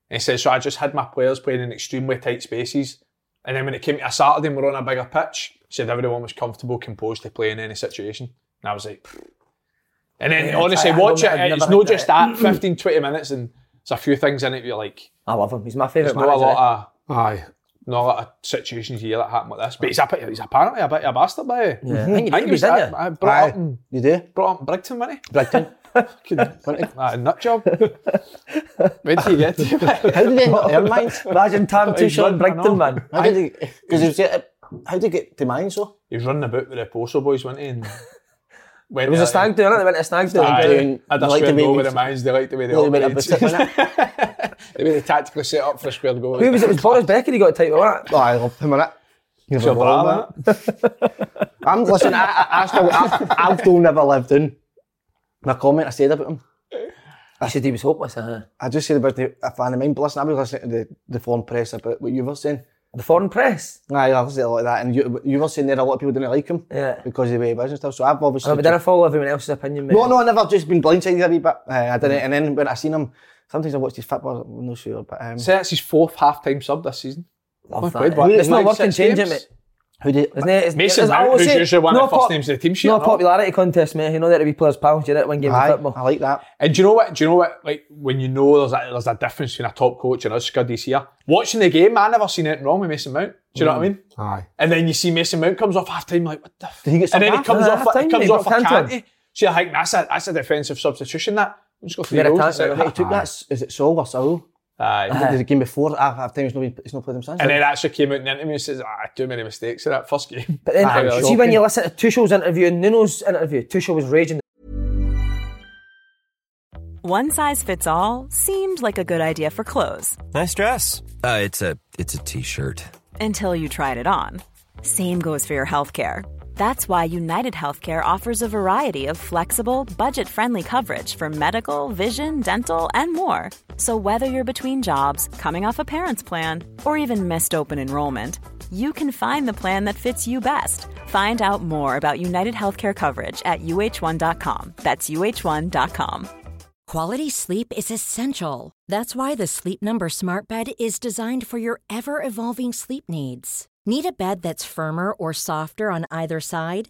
And he says, so I just had my players playing in extremely tight spaces. And then when it came to a Saturday and we're on a bigger pitch, he said everyone was comfortable, composed to play in any situation. And I was like, "Pfft." and then honestly,
I- I
watch
don't-
it.
I've never
It's
heard
not
that.
just that, 15, 20 minutes, and there's a few things in it you're like,
I love him. He's my favourite
there's not a
manager.
lot of
Aye,
not a lot of situations you hear that happen like this. But he's, a, he's apparently a bit of a bastard by you.
Yeah. I think he did,
was
didn't
that-
you?
I brought up in-
You do?
brought on Brigton, money. Brigton. That nut job. Where did you get
How
to?
did they end up in mines?
Imagine Tam Tuchel
run-
and
I know.
Brigton, man.
How did they? Because you said, uh, how did they get to mines though?
he was running about with the Poso boys, wasn't he? And went
It was a stag do, innit? They went to a stag do.
I,
doing-
I just
like the
went
way
over
we-
the minds. They like the way they
Well, they went
operate.
up a bit,
the way they tactically set up for a square goal.
Who was it? It was Boris Becker he got tight with that?
Oh, I love him in it. You've
Sure,
evolved, innit? I'm listen. I, I, I still, I, I've still never lived in my comment I said about him.
I said he was hopeless.
uh-huh.
Uh,
I just said about the a fan of mine. But listen, I was listening to the, the foreign press about what you were saying.
The foreign press.
Aye, I've said a lot of that, and you, you were saying there a lot of people didn't like him
Yeah.
because of the way he was and stuff. So I've obviously
Oh, but then I follow everyone else's opinion, mate.
No, no, I never just been blindsided a wee bit. Uh, I didn't, and then when I seen him, sometimes I watched his football. I'm not sure, but um,
So that's his fourth half-time sub this season.
Love
Played
that.
what?
It's not
Like
working,
six
change it,
games?
mate.
who did?
Isn't it? It's,
Mason
it's, I
Mount,
always
who's
say,
usually one of the first
pop-
names of the team sheet,
No
no?
popularity contest, mate. You know that to be players' pals. You know that one game
Aye,
of football.
I like that.
And do you know what? Do you know what? Like when you know there's a, there's a difference between a top coach and us scuddies here. Watching the game, I never seen anything wrong with Mason Mount. Do you
Mm.
know what I mean?
aye.
And then you see Mason Mount comes off half time, like what the? F-?
Did he get
and then he
subbed
comes
half?
off,
Half-time,
he comes
he
off
got
a
Canton.
canty. So I think that's a that's a defensive substitution. That we just got three
Get a
goals.
tan-
it's out.
yeah,
He took that. s- Is it Saul or Saul?
Aye.
Did the game before? I have time. It's not. been- It's not played him since.
And then actually came out in the interview and says, "Ah, too many mistakes in that first game."
But then,
Aye,
see
shocking.
when you listen to Tuchel's interview and Nuno's interview, Tuchel was raging.
One size fits all seemed like a good idea for clothes
Nice dress. Uh, it's a it's a t-shirt.
until you tried it on. Same goes for your healthcare. That's why United Healthcare offers a variety of flexible, budget friendly coverage for medical, vision, dental, and more. So, whether you're between jobs, coming off a parent's plan, or even missed open enrollment, you can find the plan that fits you best. Find out more about United Healthcare coverage at uh1.com. That's uh1.com.
Quality sleep is essential. That's why the Sleep Number Smart Bed is designed for your ever evolving sleep needs. Need a bed that's firmer or softer on either side?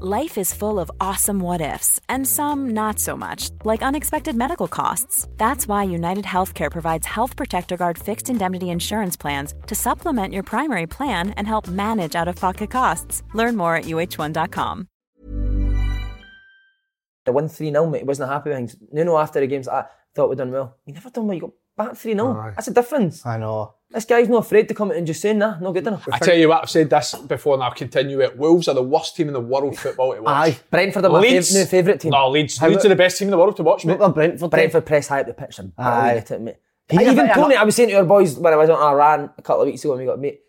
Life is full of awesome what ifs and some not so much, like unexpected medical costs. That's why United Healthcare provides Health Protector Guard fixed indemnity insurance plans to supplement your primary plan and help manage out of pocket costs. Learn more at uh1.com.
They won 3 0, mate. He wasn't happy with things. Nuno, after the game's like, I thought we'd done well. You never done well. You got back 3 0. That's a difference.
I know.
This guy's not afraid to come in and just saying, nah, not good enough.
I tell you what, I've said this before and I'll continue it. Wolves are the worst team in the world football to watch.
Aye. Brentford are my
Leeds-
fav- new favourite Ah, team.
No, Leeds.
How
Leeds
about-
are the best team in the world to watch, mate.
Brentford, press high up the pitch. and barely
Aye.
get it, mate.
He
And
never-
even
and
Tony,
I-
I was saying to our boys when I was on a rant a couple of weeks ago when we got mate.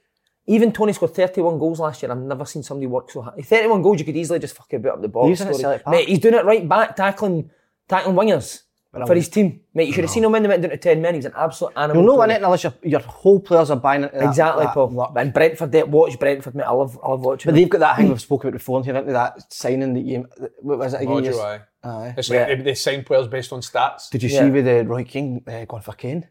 Even Tony scored 31 goals last year. I've never seen somebody work so hard. 31 goals, you could easily just fucking boot up the box.
He's in at
score.
Celtic Park.
mate, he's doing it right back, tackling tackling wingers
I
for
mean-
his team. Mate, you should have seen him when they went down to 10 men. He was an absolute animal.
You'll know in
Tony.
it unless your, your whole players are buying into that.
Exactly,
that
Paul.
luck.
And Brentford, they- watch Brentford, mate. I love, I love watching
But
them.
they've got that thing we've spoken about before, haven't they? That signing that you. What was it again?
Roger,
Yes.
aye.
Aye.
It's like they, they sign players based on stats.
Did you see with uh, Roy King uh, going for Kane?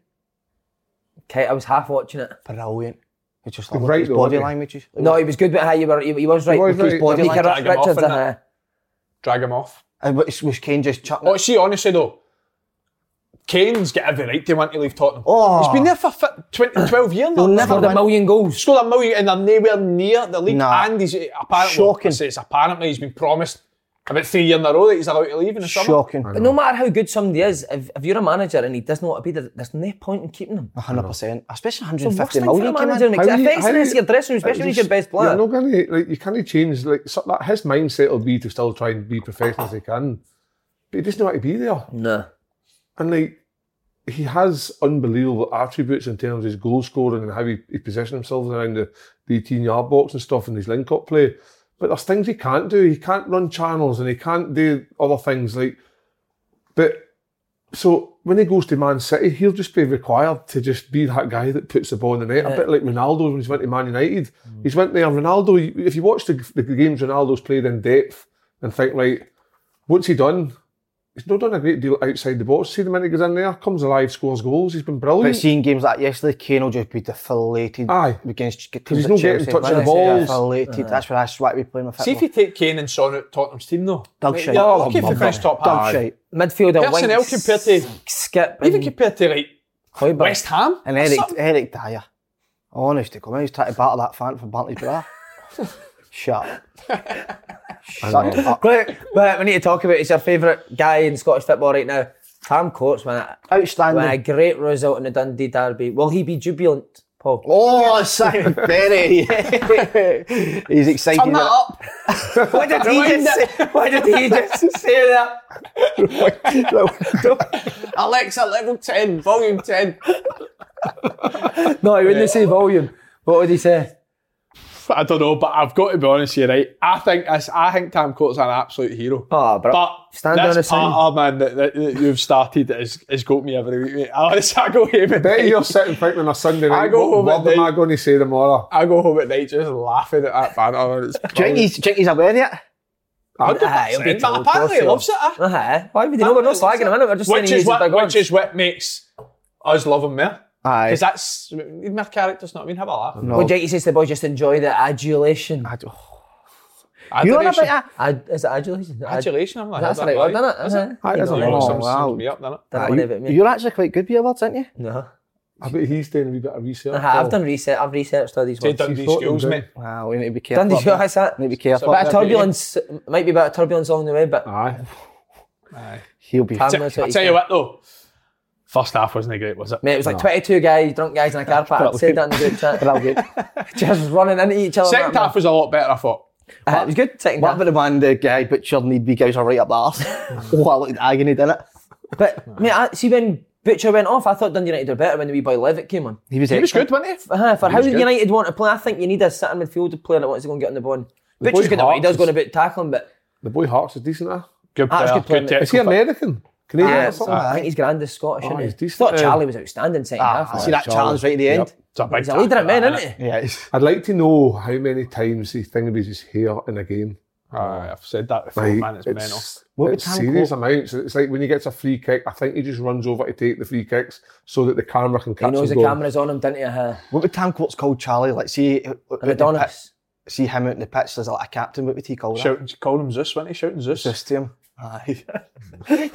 Okay, I was half watching it.
Brilliant. It's just
He
like
was
look at
right
his
though,
body
wasn't he?
language. He's-
No, he was good, but how you were, he, he was
He
right.
was
Because
right.
body
He
language.
could
Richards, uh-huh.
drag him off,
didn't
innit?
he?
Drag him off.
And was, was Kane just chucking?
Oh, see, honestly though, Kane's got every right to want to leave Tottenham.
Oh.
He's been there for fi- 20, 12 years now.
never Scored a win.
million goals.
Scored a million and they're nowhere near the league.
Nah.
And he's uh, apparently,
Shocking.
I say It's apparently he's been promised about three years in a row that he's allowed to leave in the summer.
Shocking.
But no matter how good somebody is, if, if you're a manager and he doesn't want to be there, there's no point in keeping him.
100%. Especially
It's the worst
150
thing for a
million. came
manager,
in.
and it
do you-
affects
how
the
do
rest of
you-
your dressing room,
like,
especially when
you
he's your
just-
best player.
You're not gonna like you can't change like so that his mindset will be to still try and be professional as he can, but he doesn't want to be there.
No.
And like he has unbelievable attributes in terms of his goal scoring and how he, he positions himself around the, the 18 yard box and stuff and his link up play. But there's things he can't do. He can't run channels and he can't do other things like. But so when he goes to Man City, he'll just be required to just be that guy that puts the ball in the net. A
Yeah.
bit like Ronaldo when he went to Man United.
Mm.
He's went there. Ronaldo, if you watch the, the games Ronaldo's played in depth and think like, what's he done? He's not done a great deal outside the box. See the minute he goes in there, comes alive, scores goals. He's been
But
brilliant.
seeing games like yesterday, Kane will just be deflated
Aye.
against teams
he's
at
not getting
Chelsea.
touch of the
Chelsea
balls.
Deflated. That's where I sweat we play my
See
football.
if you take Kane and Son out Tottenham's team though.
Dog
Mate,
shit.
you're
Oh,
lucky if they
mother-
finish top
dog
half.
shit.
Midfielder,
Personnel
wings,
compared to,
skip,
even
and
compared to like
Hoiberg.
West Ham.
And
that's
Eric,
something.
Eric Dyer. Honest to God, he's trying to battle that fan for Bartley Bra. Shut up. Shut up.
Right, but we need to talk about it's your favourite guy in Scottish football right now. Tom Coates, man.
Outstanding.
With a great result in the Dundee Derby. Will he be jubilant, Paul?
Oh, Simon Berry. He's excited.
Turn that
about
up.
What did he just say? What did he just say that?
Alexa, level 10, volume 10.
No, he wouldn't say volume. What would he say?
I don't know, but I've got to be honest here, right? I think this, I think Tam Coates is an absolute hero.
Oh, bro.
But
Stand on his
this
side.
part, man, that, that, that you've started has, has got me every week. Mate. I, honestly, I go home at
Bet
night.
you're sitting thinking on a Sunday night.
I go home
what
at
am I
night.
going to say tomorrow?
I go home at night just laughing at that banner. and It's
Do you think he's, do you think he's aware yet?
Aye, he'll be
brilliant. But
told,
apparently he
of
loves
course
it. eh?
will. Aye. Why would he know? We're not slagging him, innit? We're just saying
which
he's
is
a
what
big one.
which is what makes us love him more.
Aye.
Because that's my characters. Not I mean, have a laugh.
No.
Well, Jakey says to the boys, just enjoy the adulation.
I don't-
Adoration.
on about that?
Ad- is it adulation? Ad-
Adulation. I've not
That's
heard
the
that
right word,
right.
isn't it?
Aye, that's
You
a
know,
Oh,
lot.
some
wow.
sums me up, doesn't it?
Don't
Aye,
know
you-
if it means-
You're actually quite good with your words, aren't you?
No.
I bet he's doing a wee bit of research.
Aye, I've
Paul.
done research. I've researched all these
Say
words.
Dundee
thought
schools,
him
mate.
Wow, we need to be careful.
Dundee,
up there.
that's that.
Need to be careful.
Bit
up
of
there.
turbulence. Might be a bit of turbulence along the way, but
Aye.
He'll be.
Tam
I
knows what
tell
he's
you
doing.
what though, first half wasn't great, was it?
Mate, it was like 22 guys, drunk guys in a car park. I said that in the group chat. Just running into each other.
Second
man.
half was a lot better, I thought.
Aye, it was good. Second
What
half.
about the man, the guy, butchered and he'd be guys are right up the arse? oh, I looked agony, didn't it?
But, mate, I, see when Butcher went off, I thought Dundee United were better when the wee boy Levitt came on.
He was,
He was good, wasn't he?
Uh, for how United want to play, I think you need a sitting midfielder player that wants to go and get on the ball.
boy
Butcher's good at what he
Hart
does, going
is-
about tackling, but
The boy Hearts is decent, eh?
Good
That's
player.
good player,
Good
mate.
Is he
technical.
American? Canadian
Aye,
or something?
I think he's grand as Scottish.
Aye,
isn't he?
he's decent.
Thought Charlie
Um,
was outstanding second
Ah,
half.
I see that Charlie. challenge right at the end.
It's a big
He's a leader of men,
Ah,
isn't he?
Yeah.
I'd like to know how many times he thing about his hair in a game.
Aye, I've said that before,
Like,
Oh, man. It's, mental.
it's, it's serious amounts. It's like when he gets a free kick, I think he just runs over to take the free kicks so that the camera can
He
catch
knows
him
the
going,
camera's on him, didn't he? Uh,
What would Tam Court's called Charlie? Like, see, uh, an
Adonis.
See him out in the pitch as like a captain. What would he call that?
Shouting, called him Zeus, wasn't he? Shouting Zeus.
Zeus to him. Aye.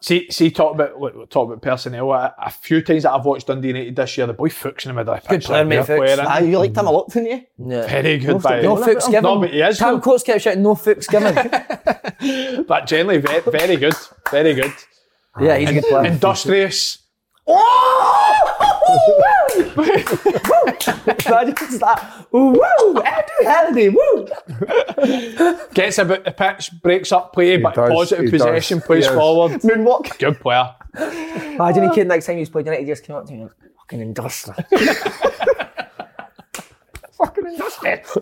See, see, talk about look, talk about personnel. A, a few times that I've watched Dundee United this year, the boy Fuchs in the middle of the
Good
pitch.
player,
like,
mate,
good
Fuchs.
player, isn't he?
Aye, you liked him a lot, didn't you?
yeah.
Very good by
No fucks given.
No, but he is.
Tam Coates kept shouting, no fucks given.
good. But generally, very, very good. Very good.
yeah, he's a good player.
Industrious.
Oh! Imagine it's that. Woo! Andy Halliday, woo!
Gets about the pitch, breaks up play, but
does,
positive
he
possession,
does.
plays
Yes.
forward.
Moonwalk.
Good player.
Imagine he came next time he was played United, he just came up to me and went, fucking industrial.
Fucking industrious.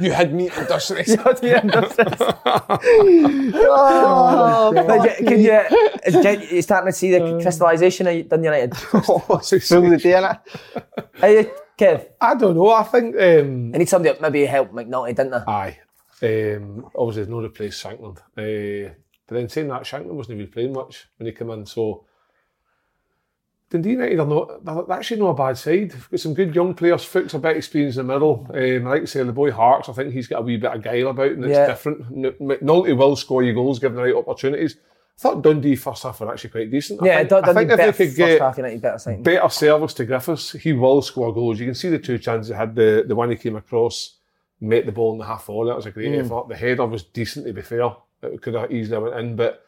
you had me industrious.
Like, can you, is gen- you're starting to see the crystallisation of Dundee United.
Full of the day, innit?
Are you, Kev?
I don't know. I think um,
I need somebody that maybe helped McNulty, didn't I?
Aye. Um, obviously, there's no replace Shankland. Uh, but then saying that, Shankland wasn't really playing much when he came in. So Dundee United are not, they're actually not a bad side. They've got some good young players. Fuchs a bit of experience in the middle. Um, I like to say the boy Harks, I think he's got a wee bit of guile about him that's
Yeah.
different. N- McNulty will score you goals given the right opportunities. I thought Dundee first half were actually quite decent. I
yeah,
think,
Dundee
I think
better
if they could
first
get
half, United better second.
better service to Griffiths. He will score goals. You can see the two chances he had. The the one he came across, met the ball in the half volley. That was a great
Mm.
effort. The header was decent to be fair. It could have easily went in, but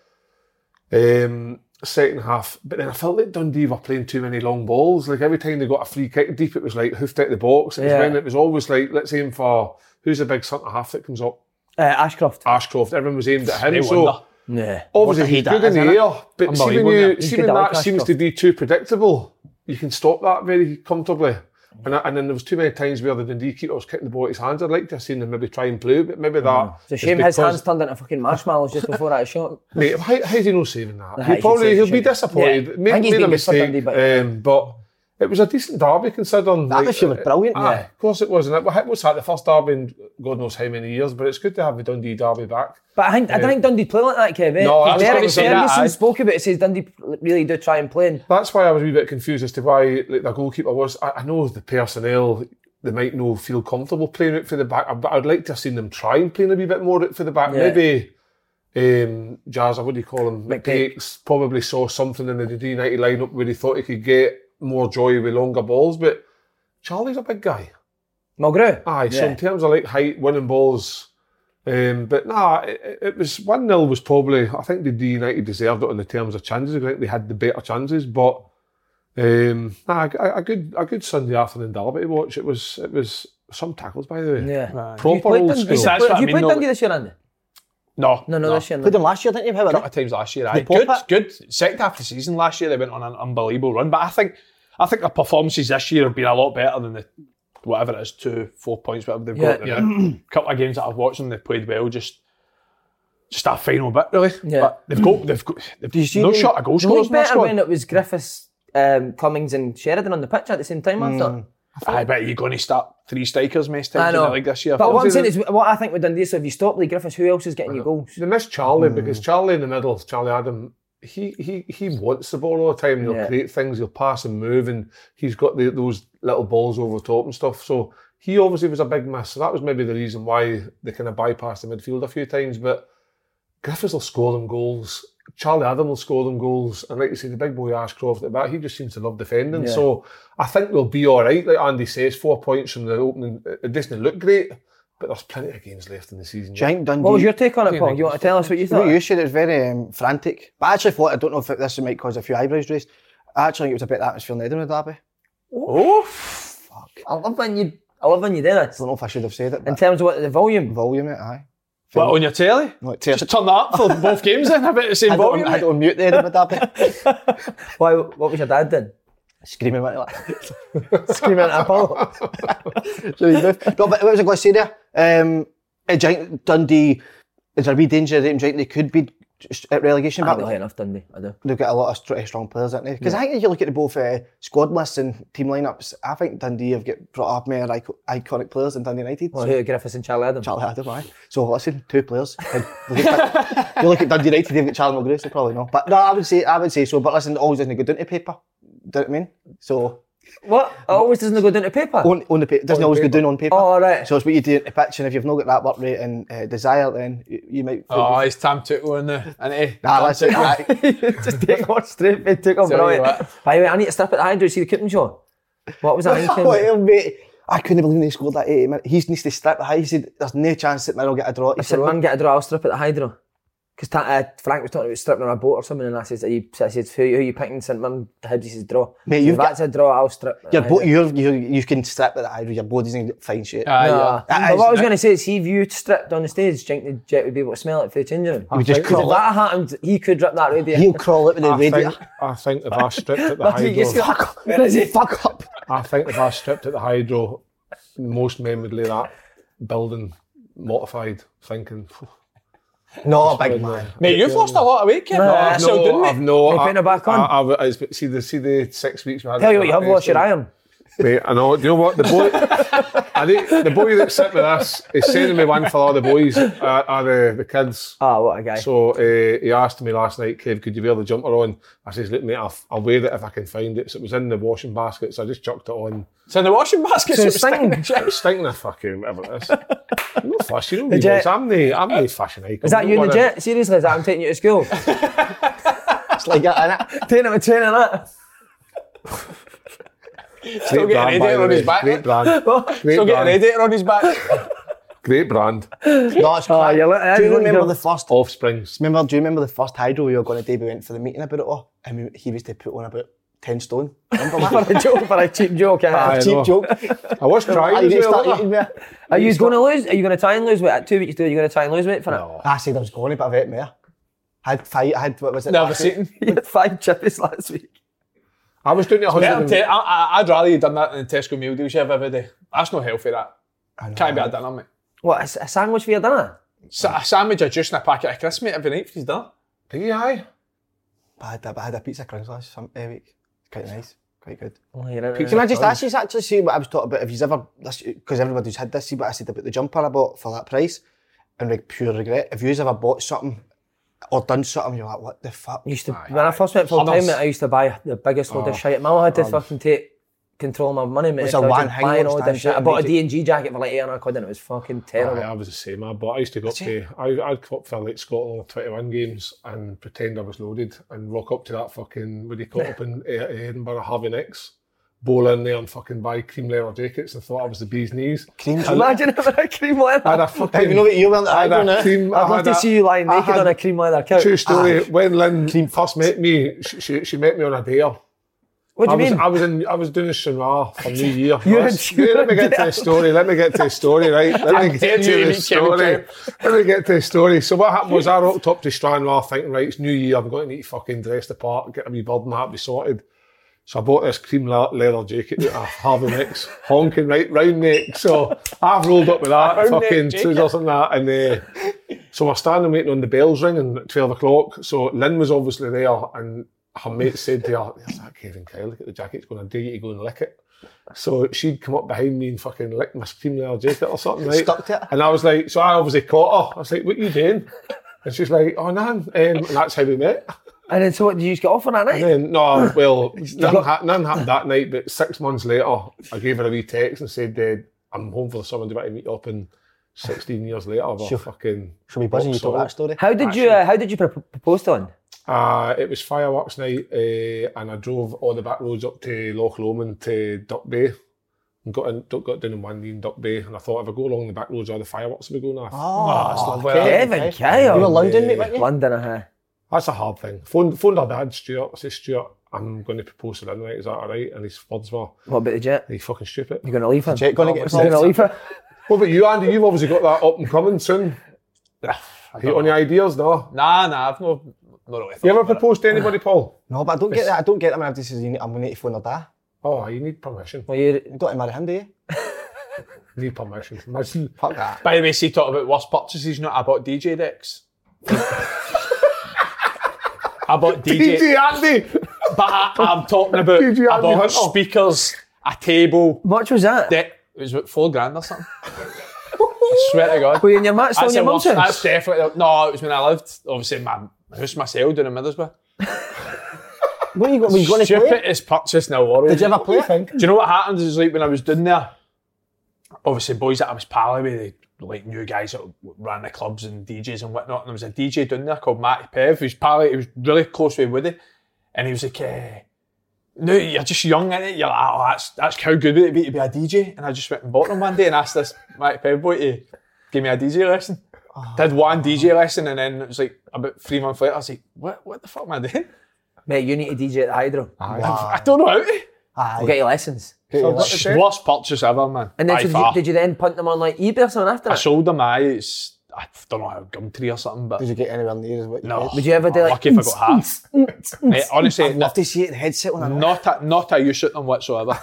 um, second half. But then I felt like Dundee were playing too many long balls. Like every time they got a free kick deep, it was like hoofed out the box. It was
Yeah.
when it was always like let's aim for who's the big centre half that comes up.
Uh, Ashcroft.
Ashcroft. Everyone was aimed at him.
No
so
wonder.
Yeah.
obviously he's good in the air, but see when,
Unbelievable,
you,
yeah.
see
He's good
when
at
that
Alcatraz
seems
stuff.
to be too predictable, you can stop that very comfortably. And, I- and then there was too many times where the Dundee keeper was kicking the ball at his hands. I'd like to have seen them maybe try and play, but maybe that.
Mm. It's a shame
is
his
because-
hands turned into fucking marshmallows just before that shot.
Mate, how, how's he not saving that?
he
He
should
probably
save-
he'll
should
be
he?
disappointed.
Yeah. I
Made,
think he's
made a
been good for
mistake,
Dundee, but-
um, but it was a decent derby considering
That this year was brilliant,
Ah,
aye,
yeah.
Ah, Of course it was, and it was that the first derby in God knows how many years. But it's good to have the Dundee derby back.
But I, think, I don't think Dundee play like that, Kev. Eh?
No, I
Because
was
Eric
gonna say that,
Ferguson
aye.
spoke about it, says Dundee really do try and play. And
That's why I was a wee bit confused as to why like, the goalkeeper was. I, I know the personnel, they might not feel comfortable playing it for the back, but I'd like to have seen them try and playing a wee bit more out for the back.
Yeah.
Maybe um, Jazz, what do you call him?
McPake.
McPake's probably saw something in the Dundee United lineup where he thought he could get more joy with longer balls, but Charlie's a big guy.
Mulgrew.
Ah,
Aye, so in terms of like height, winning balls, um, but nah, it, it was 1 0 was probably, I think the D United deserved it in the terms of chances. I think they had the better chances, but um, nah, a, a good a good Sunday afternoon derby to watch. It was it was some tackles, by the way.
Yeah. You
Proper
played
old
Dundee-
school.
That's what
Have
I
you
mean,
played
no,
Dundee this year, Andy?
No,
No, no, this year.
Played
No.
him last year, didn't you? How
A
about
couple
that?
of times last year. Aye.
pop
Good,
it.
good. Second half of the season last year, they went on an unbelievable run. But I think, I think their performances this year have been a lot better than the whatever it is, two, four points, whatever they've got.
Yeah,
A couple of games that I've watched them, they played well. Just, just that final bit really.
Yeah.
But they've got, they've got, they've
see
no
the-
shot a goal
It
scorers
looked
in that
better
squad.
when it was Griffiths, um, Cummings, and Sheridan on the pitch at the same time, I thought.
I bet you're going to start three strikers most
I
times in
know.
the league this year.
But what I'm saying is, what I think with Dundee, so if you stop Lee Griffiths, who else is getting you goals?
They missed Charlie
Hmm.
because Charlie in the middle, Charlie Adam, he he he wants the ball all the time. He'll
Yeah.
create things, he'll pass and move, and he's got the, those little balls over the top and stuff. So he obviously was a big miss. So that was maybe the reason why they kind of bypassed the midfield a few times. But Griffiths will score them goals. Charlie Adam will score them goals, and like you say, the big boy Ashcroft at the back, he just seems to love defending.
Yeah.
So I think they'll be all right. Like Andy says, four points from the opening, it doesn't look great, but there's plenty of games left in the season. yet.
Giant Dundee.
What was your take on it, Paul? You want to tell us what you
You know,
thought?
you said it was very um, frantic. But I actually thought, I don't know if it, this might cause a few eyebrows raised. I actually think it was a bit of atmosphere in the Edinburgh Derby.
oh,
I love when you, I love when you do
I
this.
don't know if I should have said it.
In
But
terms of what the volume,
volume it, aye.
what on your telly?
No, it tears-
Just turn that up for both games then. I bet the same
I
volume.
don't, I don't mute the Edinburgh Derby.
why? What was your dad doing?
Screaming at like Screaming at Apollo. so he's moved. no, but what was I going to say there? Um, a giant Dundee, is there a wee danger that giant they could be st- at relegation
I
battle.
like enough Dundee. I do.
They've got a lot of str- strong players, aren't they? Because
Yeah.
I think if you look at the both uh, squad lists and team lineups, I think Dundee have got brought up more ico- iconic players than Dundee United.
Well, who, Griffiths and Charlie Adam?
Charlie Adam, aye. So listen, two players. And look at- you look at Dundee United, they've got Charlie McGrew, so probably not. But no, I would say I would say so. But listen, it always doesn't go down to paper. Do you know what I mean? So
what? It always doesn't go down to paper.
On, on the paper, doesn't
On
always
paper.
go down on paper.
Oh, all right.
Oh, So it's what you do at the pitch, and if you've not got that work rate and uh, desire, then you, you might.
Oh, it's Tam Tuchel in there. And eh,
Nah,
Tam
listen,
Tuchel.
I-
Just take one straight and take on
Tell you
brilliant.
what.
By the way, I need to step it. I do see the Coupon John. What was that? thinking?
Well, mate, I couldn't believe they scored that 80 minute. He needs to strip the high. He said, There's no chance that man will get a draw. He
I said, man, get a draw, I'll strip at the Hydro. Because ta- uh, Frank was talking about stripping on a boat or something, and I says, are you, I says who, who you picking? St. Man, Hibs, he says, draw.
Mate,
So
you've
if that's a draw, I'll strip. at
Your
the
bo-
Hydro.
you're, you're, you can strip at the high. Your body's in fine shape.
Aye,
Nah.
yeah.
That
But
is-
what I was going to say is, see, if you stripped on the stage, do you think the jet would be able to smell it for the changing room?
We just
'Cause if
crawl up.
that happened, he could rip that radio.
He'll crawl
Ah,
up with the
I
radio.
think, I think if I stripped at the
That's what you
hydro,
Fuck up. Where is he?
Fuck up.
I think if I stripped at the hydro, most men would lay that building mortified, thinking.
No, big man.
Mate, you've lost a lot of weight, Kev. No,
Nah.
I still didn't, mate.
I've no.
You're putting it back on?
I, I, I, see the see the six weeks. we had
Tell you
it
what, you have
tested.
lost your iron.
Mate, I know. Do you know what the boy? I think the boy that sat with us is sending me one for all the boys are, are the, the kids.
Oh, what a guy.
So uh, he asked me last night, Kev, could you wear the jumper on? I says, look, mate, I'll, I'll wear it if I can find it. So it was in the washing basket, so I just chucked it on.
It's in the washing basket. So it's
stinking.
stinking.
It was stinking of fucking whatever it is. I'm not fussy, you know,
Jet.
boys.
Uh,
I'm the I'm the fashion icon.
Is that you in the jet? Seriously, is that I'm taking you to school?
It's like that, innit?
taking him a train and that.
Still
getting an idiot on his back. eh?
Great brand. Great
Still getting an
brand.
radiator on his back.
Great brand.
No, it's
Oh,
crap.
you're like-
Do
everyone's
you remember
got-
the first
Offsprings.
Remember, do you remember the first hydro we were going to do? We went for the meeting about it all, and we, he was to put on about 10 stone. Remember that?
For a joke, for a cheap joke. eh?
Aye, I
Cheap
know.
joke.
I was trying.
I,
as well,
start
wasn't I?
eating there.
Are you going to lose? Are you going to try and lose weight? At two weeks, do you going to try and lose weight for no.
I said I Ah, was going to, but I went there. I had five, I had, what was it?
Never
last
seen.
week?
it? You had five chippies last week.
I was doing it
Yeah, I'm
100.
te- I, I, I'd rather you done that than the Tesco meal deals you have every day. That's not healthy, that. Can't be a dinner, mate.
What, a, s- a sandwich for your dinner?
Sa- a sandwich, a juice, and a packet of crisps, mate, every night for his dinner.
Do you, aye?
I had, I had a pizza crunch last some, uh, week. Quite nice. Quite good.
Oh, you're in-
Can I just ask you actually see what I was talking about? If you've ever, because everybody's had this, see what I said about the jumper I bought for that price, and like pure regret. If you've ever bought something or done something, you're like, what the fuck?
I used to, when I first went full time,
Hummus.
mate, I used to buy the biggest load of shit. at Mum had to fucking take control of my money, mate.
It's
so
a
I was
one
just
hang
buying
on
all
stand
this shit. I
shit,
bought a
mate.
D&G jacket for like 800 quid and it was fucking terrible.
Aye, I was the same. I, but I used to go up to, I, I'd go up for like Scotland 21 games and pretend I was loaded and rock up to that fucking, what do you call it, up in uh, Edinburgh, Harvey Nicks, bowl in there and fucking buy cream leather jackets and thought I was the bee's knees.
Cream
Imagine having a cream
I had
leather.
a
I
fucking,
even know that you weren't. I
I
don't
had a
know.
cream,
I'd
I
love
had
to
a-
see you lying
I
naked
had-
on a cream leather couch. Ah,
True story. When Lynn first met me, she, she, she met me on a dare.
What do
I
you
was,
mean?
I was in. I was doing a Shinra for New Year.
You had-
Let's-
you
let me
had
get to the story. Let me get to the story, right? Let me get
telling you,
to
you
the
need chemical.
story. Let me get to the story. So what happened was I rocked up to Stranraer thinking, right, it's New Year. I'm going to need to fucking dress the part, get a wee bird and that be sorted. So I bought this cream le- leather jacket that I have in X, honking right round neck. So I've rolled up with that,
neck
fucking
jacket.
trousers and that. And uh, so we're standing waiting on the bells ringing at 12 o'clock. So Lynn was obviously there and her mate said to her, there's that Kevin Kyle, look at the jacket, it's going to do you to go and lick it. So she'd come up behind me and fucking lick my cream leather jacket or something, right?
Stuck to it.
And I was like, so I obviously caught her. I was like, what you doing? And she's like, oh, nan. Um, and that's how we met.
And then so what, did you just get off on that night?
And then, no, well, none, ha- none happened that night, but six months later, I gave her a wee text and said, eh, I'm home for the summer, do you want to meet up? And 16 years later, we're
Sure.
fucking.
Should be buzzing you
rock
told
solid.
that story.
How did you, uh, how did you pro- propose to him?
Uh, it was fireworks night, uh, and I drove all the back roads up to Loch Lomond to Duck Bay. And got, in, duck- got down in one knee in Duck Bay, and I thought if I go along the back roads, all the fireworks will be going off.
Oh,
that's lovely.
Kevin
You were
Kyle.
London, mate, weren't you?
London, uh-huh.
That's a hard thing. Phoned, phoned her dad, Stuart. I said, Stuart, I'm going to propose to Lynn, right? Is that all right? And his words were, Are
What about the jet?
you fucking stupid?
You going to leave him?
Jet gonna get
You going to
involved?
leave him?
What about you, Andy? You've obviously got that up and coming soon. Have you got any ideas? No.
Nah, nah, I've no, not really thought
You ever
about it.
proposed to anybody, Paul?
No, but I don't get that. I don't get that. Man, this is I'm going to need to phone her dad.
Oh, you need permission.
Well, you're,
You don't marry him, do you?
You need permission. Imagine.
Fuck that.
By the way, see, talk about worst purchases, you know, I bought DJ decks. about DJ.
DJ Andy.
But I, I'm talking about,
DJ Andy
about
Hunter.
speakers, a table.
much was that?
That it was about four grand or something. I swear to God.
Were you in your match still
That's,
in your
the
mum's
worst- that's
house?
definitely no. It was when I lived, obviously, in my my house myself down in Middlesbrough.
What are you, go- were you going to play?
Stupidest purchase in the world.
Did you ever play? it?
Do you know what happened? Is like when I was doing there, obviously boys that I was palling with, they like new guys that ran the clubs and DJs and whatnot. And there was a DJ down there called Matty Pev, who's pally, he was really close with Woody, and he was like, eh, "No, you're just young in it. You're like, oh, that's that's how good would it be to be a DJ?" And I just went and bought him one day and asked this Matty Pev boy to give me a DJ lesson.
Oh.
Did one DJ lesson and then it was like about three months later, I was like, "What? What the fuck am I doing?
Mate, you need to DJ at the Hydro.
I don't know how." to."
We'll get your lessons.
Worst purchase ever, man.
And then
By
so did,
far.
you, did you then punt them on like eBay or something after
I
that?
sold them. I it's I don't know how Gumtree or something, but
Did you get anywhere near as what you
no.
did?
Would you ever do
I'm
like?
lucky if I got half? Mate, honestly,
I'd love
not
to see it in headset when I'm
not a, not a use at them whatsoever.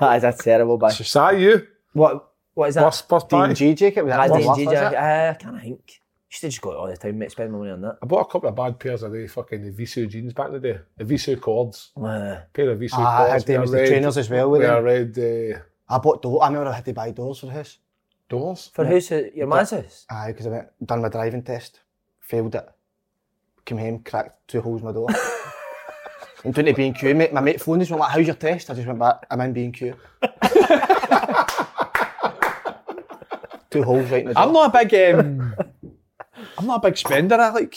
Ah,
that is a terrible buy.
Is that you?
What? What is that?
First, first party?
D&G jacket with
Ah,
that.
D&G
one laugh, is
jacket.
it?
uh,
Ah, I can't think. You should just go all the time, mate. Spend my money on that.
I bought a couple of bad pairs of the fucking the Visu jeans back in the day. The Visu cords.
Uh,
pair of Visu
Ah, I
cords.
had them
with
as
a
the
red-
trainers as well with
With a
them.
red uh,
I bought doors. I remember I had to buy doors Ah, for the house.
doors.
for who's your man's house?
Aye, because I went done my driving test, failed it, came home, cracked two holes in my door. I'm doing to B and Q, mate. My mate phoned us, went like, "How's your test?" I just went back. I'm in B and Q. Two holes right in the door.
I'm not a big um, I'm not a big spender. I like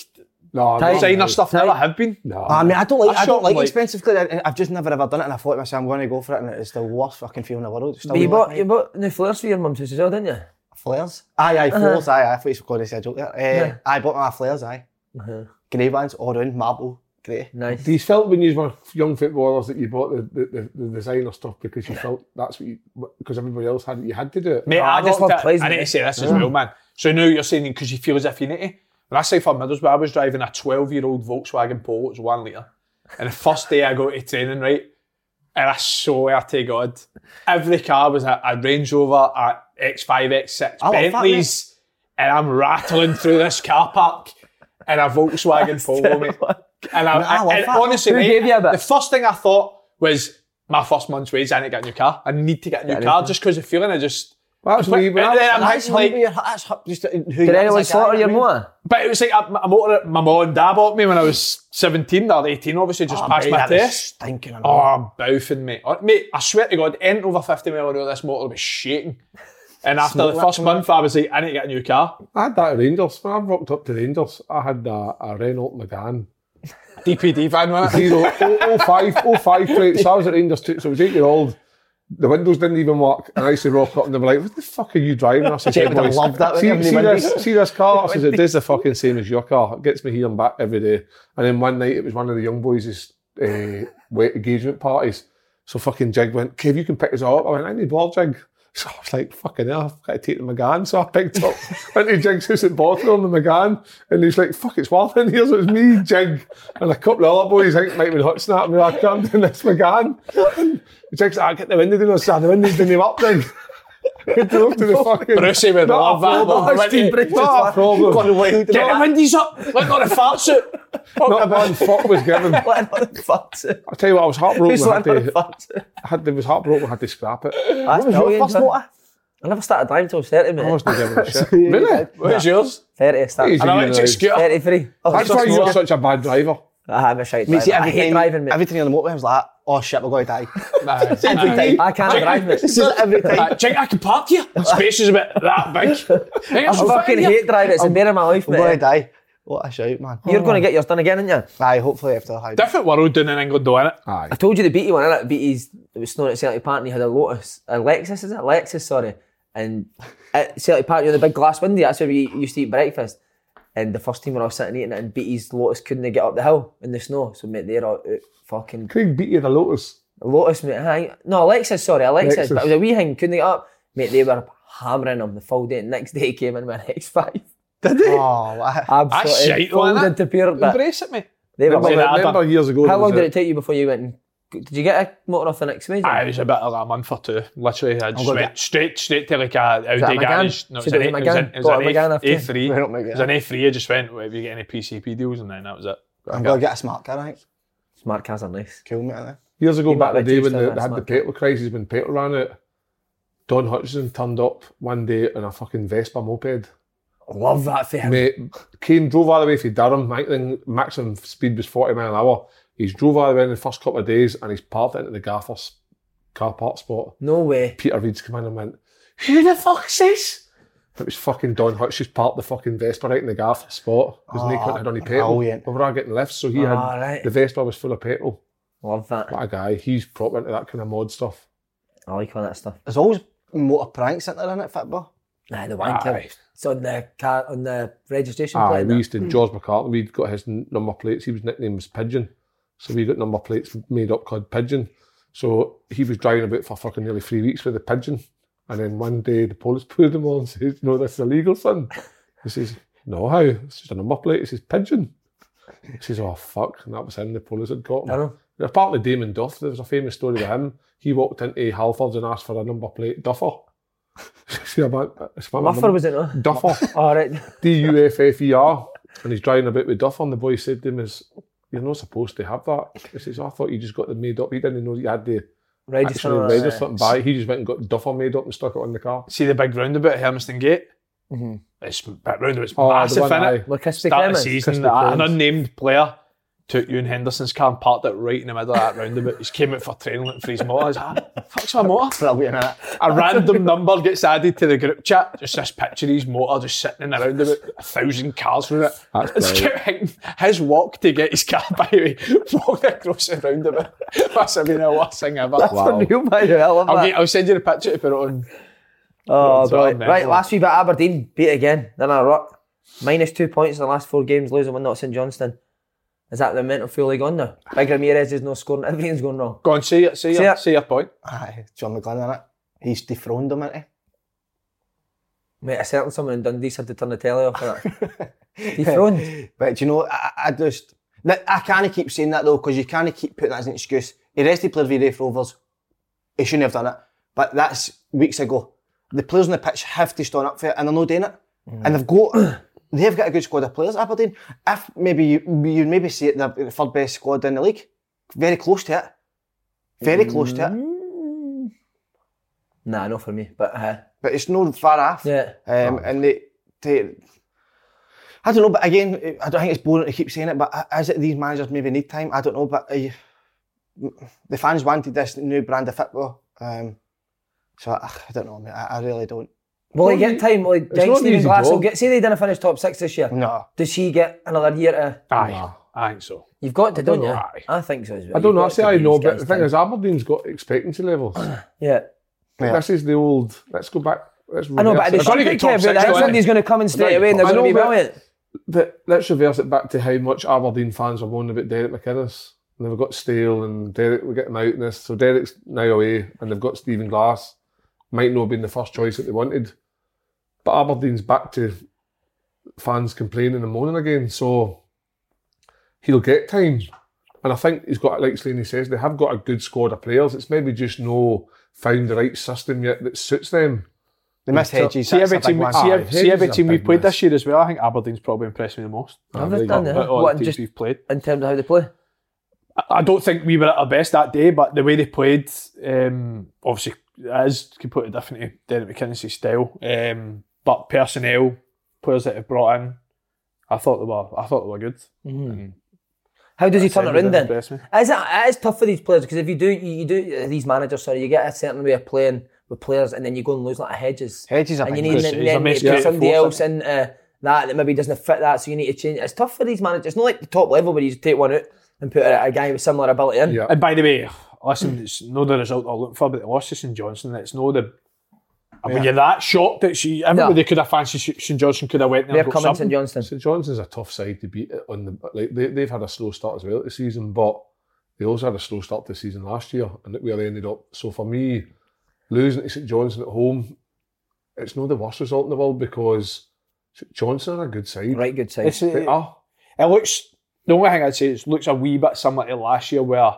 No, I'm not
designer
now.
stuff. Now I have been.
Oh,
Ah, No.
I mean, I don't like.
I shop
I, don't like,
like-
expensive clothes. I- I've just never ever done it, and I thought to myself, "I'm going to go for it," and it's the worst fucking feeling in the world. It's still
But you
not
bought
right.
you bought new flares for your mum's house as well, didn't you?
flares. Aye, aye, flares. Aye, aye. I thought you were going to say a joke there. Eh,
Uh-huh. Yeah.
I bought my flares. Aye,
Uh-huh.
grey ones, all round, marble, grey.
Nice.
Do you felt when you were young footballers that you bought the, the, the, the designer stuff because you felt that's what you because everybody else had it, you had to do it. Ah,
Mate,
No,
I,
I
just
love
felt-
plays,
I need
mate.
to say this as well, man. So now you're saying because you feel as if you need to. When I say for Middlesbrough, I was driving a 12 year old Volkswagen Polo, it was one litre. And the first day I go to training, right, and I swear to God, every car was a, a Range Rover, a X5, X6,
love that,
Bentleys, and I'm rattling through this car park in a Volkswagen Polo, mate. And, I,
No, I
I,
love
and
that.
honestly,
Who
mate,
gave you a bit?
the first thing I thought was my first month's wage, I need to get a new car. I need to get a new car just because the feeling I just.
Well, that's
But-
me, when I
and
was-
then I'm
That's
like-
humble, you're- that's hu- just who
Did anyone
Altså,
slaughter your motor?
But it was like a, a motor that my mum and dad bought me when I was 17 or 18, obviously, just passed my test.
Stinking. I know.
Oh, I'm boofing, mate. Oh, Mate, I swear to God, anything over 50 mile an hour, "Oh, this motor was shaking. And after the first month, I was like, I need to get a new car.
I had that at Rangers. When I rocked up to Rangers, I had a, a Renault Megane.
DPD van, wasn't it?
Zero, oh, oh, 05, oh, 05 plate. So I was at Rangers too, so I was eight year old. The windows didn't even work. And I used to rock up and they were like, What the fuck are you driving? I said,
Jay
"Hey,
would have
boys,
loved that with
See,
them,
see,
the
this,
windows."
see this car? I says, It is the fucking same as your car. It gets me here and back every day. And then one night it was one of the young boys' uh, weight engagement parties. So fucking Jig went, Kev, you can pick us all up. I went, I need ball, Jig. So I was like, fucking hell, I've got to take the McGann. So I picked up, went to Jig's house at Bothwell and the McGann. And he's like, fuck, it's wild in here. So it was me, Jig, and a couple of other boys. I think Mike and Hutch snapped me. I crammed in this McGann. And Jig's like, I get the window down. I said, the window's didn't even up, Jig. Good to to the fucking.
Brucey would
Not
love
a
that.
problem.
Not a
Not a problem.
Get the windies up. Look on the fart suit.
Not a bad fuck was given. I
What another fucked?
tell you what, I was heartbroken.
Who's
I had
letting her
to,
fucked?
I had, I was heartbroken. I had to scrap it.
That's
Your
brilliant,
first
man.
motor?
I never started driving till I was 30,
I
mate.
wasn't giving a shit. really?
Where's yours?
30, I started.
Easy.
An electric scooter.
33. Oh,
That's why you're such a bad driver.
Ah, I'm a shite
Mate, see,
driver. I hate
time,
driving, mate.
Every time on the motorway, I was like, "Oh shit, we're going to die."
Nah, nah.
I can't drive, mate.
This is every time.
Uh, do you think I can park here? Space is about that big.
I fucking hate driving. It's a bear of my life,
I'm going to
mate.
die. What a shout, man!
You're going to get yours done again, aren't you?
Aye, hopefully after the high.
Different world down in England, though, innit?
Aye.
I told you the BT one, innit? BT's, it was snowing at Celtic Park and he had a Lotus, a Lexus, is it? Lexus, sorry. And at Celtic Park, you know, the big glass window, that's where we used to eat breakfast. And the first team were all sitting eating it and BT's Lotus couldn't get up the hill in the snow. So, mate, they're all out fucking
Craig beat you in the Lotus.
Lotus, mate. Aye. No, Lexus, sorry, a Lexus.
Lexus.
But it was a wee thing, couldn't get up. Mate, they were hammering them the full day. Next day, he came in with an X5. Did he?
Oh, I,
Absolutely.
That's shite, though,
folded
innit?
to pure bit.
Embrace it, mate.
They were
Remember
loving it.
that? I've
remember
done-
years ago.
How
there was
long did
a-
it take you before you went and did you get a motor off the next major?
Aye, Ah, it was a bit of a month or two. Literally, I just
gonna
went straight, straight to like a
that
Audi
a Megane?
garage. No, it was
Should
an
have been
A- it was an-
Megane.
it was
Got a
an
Megane
A-
after.
A3.
I don't make
It
it.
was an A3. I just went, well, if you get any PCP deals, and then that was it.
I'm going to get a smart car, I think.
Smart cars are nice.
Cool, mate, aren't
Years ago,
You
back
might
in the day when
reduce
they,
that
they had the
smart.
petrol crisis, when petrol ran out, Don Hutchinson turned up one day in a fucking Vespa moped.
Love that for him.
Mate, came, drove all the way from Durham. I think the maximum speed was 40 mile an hour. He's drove all the way in the first couple of days and he's parked into the Gaffer's car park spot.
No way.
Peter Reid's come in and went, Who the fuck's this? It was fucking Don Hutchins parked the fucking Vespa right in the Gaffer's spot because oh, they couldn't have any petrol. We
Ah, brilliant.
were all getting lifts, so he had
Ah, right.
the Vespa was full of petrol.
Love that.
What a guy. He's proper into that kind of mod stuff.
I like all that stuff.
There's always motor pranks in there, isn't it, football?
Aye, the wanker.
Aye.
It's on the car on the registration
Aye,
plate.
Ah, we used to George McCartney. We'd got his n- number plates. He was nicknamed was Pigeon, so we got number plates made up called Pigeon. So he was driving about for fucking nearly three weeks with a pigeon, and then one day the police pulled him on and says, "No, this is illegal, son." He says, "No, how? It's just a number plate. It says Pigeon." He says, "Oh fuck!" And that was him. The police had got him.
I know.
Apparently, Damon Duff. There was a famous story with him. He walked into Halfords and asked for a number plate Duffer. See, I'm at- it's about my
Muffer
num-
was it no?
Duffer.
All right.
D U F F E R. And he's driving about with Duff on. The boy said to him, is, You're not supposed to have that. He says, I thought you just got them made up. He didn't know you had the
Register
actual
on it,
register
yeah.
something by. it. He just went and got Duffer made up and stuck it on the car.
See the big roundabout at Hermiston Gate? It's that roundabout's
Oh, the
massive,
one
innit?
that- With
Christy
Start
Clemens.
of season, uh,
Christy
that- an
Clemens.
unnamed player took you in Henderson's car and parked it right in the middle of that roundabout. Just came out for training looking for his motor. I was like, "Ah, fuck's my motor? A random number gets added to the group chat. Just this picture of his motor just sitting in the roundabout, a thousand cars through it.
That's
It's
brilliant.
getting- his walk to get his car by the way, walked across the roundabout. Must have been the worst thing ever.
That's Wow. unreal, man. I love
will
that.
I'll send you the picture to put it on.
Oh,
It's all
brilliant.
mental.
Right, last wee bit Aberdeen beat again. Then I rut. Minus two points in the last four games, losing one not St Johnston. Is that the mental fury gone now? Big Ramirez is no scoring. Everything's going wrong.
Go on, see it, see,
See
your,
it.
see your point.
Aye, John McGlenn, innit? He's dethroned him, innit?
Mate, a certain someone in Dundee had to turn the telly off for that. Dethroned.
but do you know, I, I I just. That, I can't keep saying that though, because you can't keep putting that as an excuse. He arrested players with Rafe Rovers. He shouldn't have done it. But that's weeks ago. The players on the pitch have to stand up for it, and they're not doing it. And they've got. They've got a good squad of players, Aberdeen. If maybe you, you maybe see it, they're the third best squad in the league. Very close to it. Very close to it.
Nah, not for me. But uh,
but it's no far off.
Yeah.
Um, And they, they, I don't know, but again, I don't think it's boring to keep saying it, but is it these managers maybe need time? I don't know, but uh, the fans wanted this new brand of football. Um, so I, I don't know, mate. I, I really don't.
will he get time? Will he,
not an
Stephen
easy
Glass will
job.
get. Say they didn't finish top six this year.
Mm.
No.
Does he get another year to?
Aye. I think so.
You've got to,
I don't
don't you?
know. Ah. Aye.
I think so. as well.
I don't know. I
You've
say
got
I
to give
know,
these
but
guys
the thing
time.
is, Aberdeen's got expectancy levels.
yeah.
This is the old, let's go back. Let's
I know,
reverse
but I just
it.
don't think Kevin that somebody's going to come in straight away and they're
I
going to be
know, but-
brilliant.
But let's reverse it back to how much Aberdeen fans were moaning about Derek McInnes. And they've got Steele and Derek, we get him out in this. So Derek's now away and they've got Stephen Glass. Might not have been the first choice that they wanted. But Aberdeen's back to fans complaining and moaning again. So he'll get time. And I think he's got, like Slaney says, they have got a good squad of players. It's maybe just no found the right system yet that suits them.
They missed Hedges.
See every team, we- see,
Aye,
every, see every
Hedges is a
team we
big
played
miss.
this year as well. I think Aberdeen's probably impressed me the most.
Have they done
Out of
that?
all
What,
the teams
just
we've played.
in terms of how they play?
I- I don't think we were at our best that day, but the way they played, um, obviously, it is completely different to Derek McKinney's style. Um, but personnel, players that have brought in, I thought they were, I thought they were good. And
How does he
that's
turn it
everything
around then?
impressed me.
Is it, it is tough for these players because if you do, you, you do uh, these managers. Sorry, you get a certain way of playing with players, and then you go and lose like Hedges.
Hedges, I
and you
think,
need
is-
then,
is
then
a
you
mixed
put
creative
somebody
force,
else in uh, that that maybe doesn't fit that, so you need to change. It's tough for these managers. It's not like the top level where you just take one out and put a, a guy with similar ability in.
And by the way, listen, it's not the result I'm looking for, but the loss to St Johnson, it's no the. I mean,
Yeah.
you're that shocked that she. Everybody could have fancied Sh- St Johnson could have went there.
They're
and got
coming,
something.
St Johnston.
St Johnson's a tough side to beat uh, on the like they, they've had a slow start as well this season, but they also had a slow start to the season last year and look where they ended up. So for me, losing to St Johnson at home, it's not the worst result in the world because St Johnson are a good side.
Right, good side.
It's,
They
it,
oh."
are.
it looks. The only thing I'd say is it looks a wee bit similar to last year where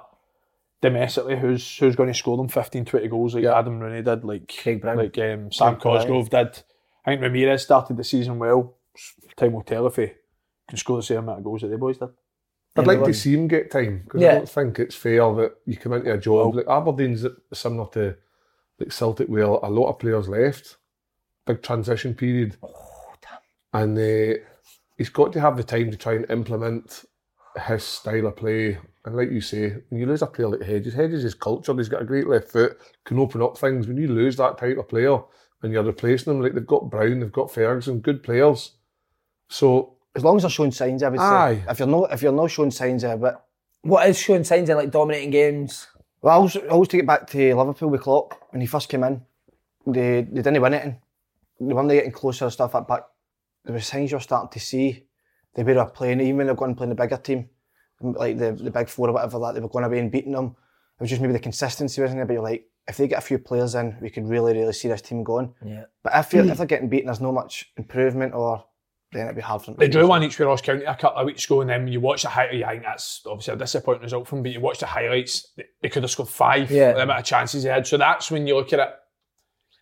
domestically, who's who's going to score them 15, 20 goals like Adam Rooney did, like
Craig Brown.
like um, Sam
Craig Brown.
Cosgrove did. I think Ramirez started the season well. Time will tell if he can score the same amount of goals that they boys did.
I'd like
Anyone.
to see him get time because
Yeah.
I don't think it's fair that you come into a job like Aberdeen's similar to like Celtic, where a lot of players left, big transition period, and uh, he's got to have the time to try and implement his style of play. And like you say, when you lose a player like Hedges, Hedges is cultured. He's got a great left foot, can open up things. When you lose that type of player and you're replacing them, like they've got Brown, they've got Ferguson, good players. So
as long as they're showing signs, I would
Aye.
say. If you're not, if you're not showing signs of it,
what is showing signs of like dominating games?
Well, I always, I always take it back to Liverpool with Klopp when he first came in. They they didn't win it, and they weren't getting closer and stuff like that. There were signs you're starting to see. They were playing, even when they were going and playing the bigger team, like the the big four or whatever that they were going away and beating them. It was just maybe the consistency wasn't there, but you're like, if they get a few players in, we could really really see this team going.
Yeah.
But if you're, if they're getting beaten, there's no much improvement, or then it'd be hard for them. to
They drew
lose.
one each with Ross County a couple of weeks ago, and then when you watch the highlight, I think that's obviously a disappointing result from. But you watch the highlights; they- they could have scored five.
Yeah.
the amount of chances they had. So that's when you look at it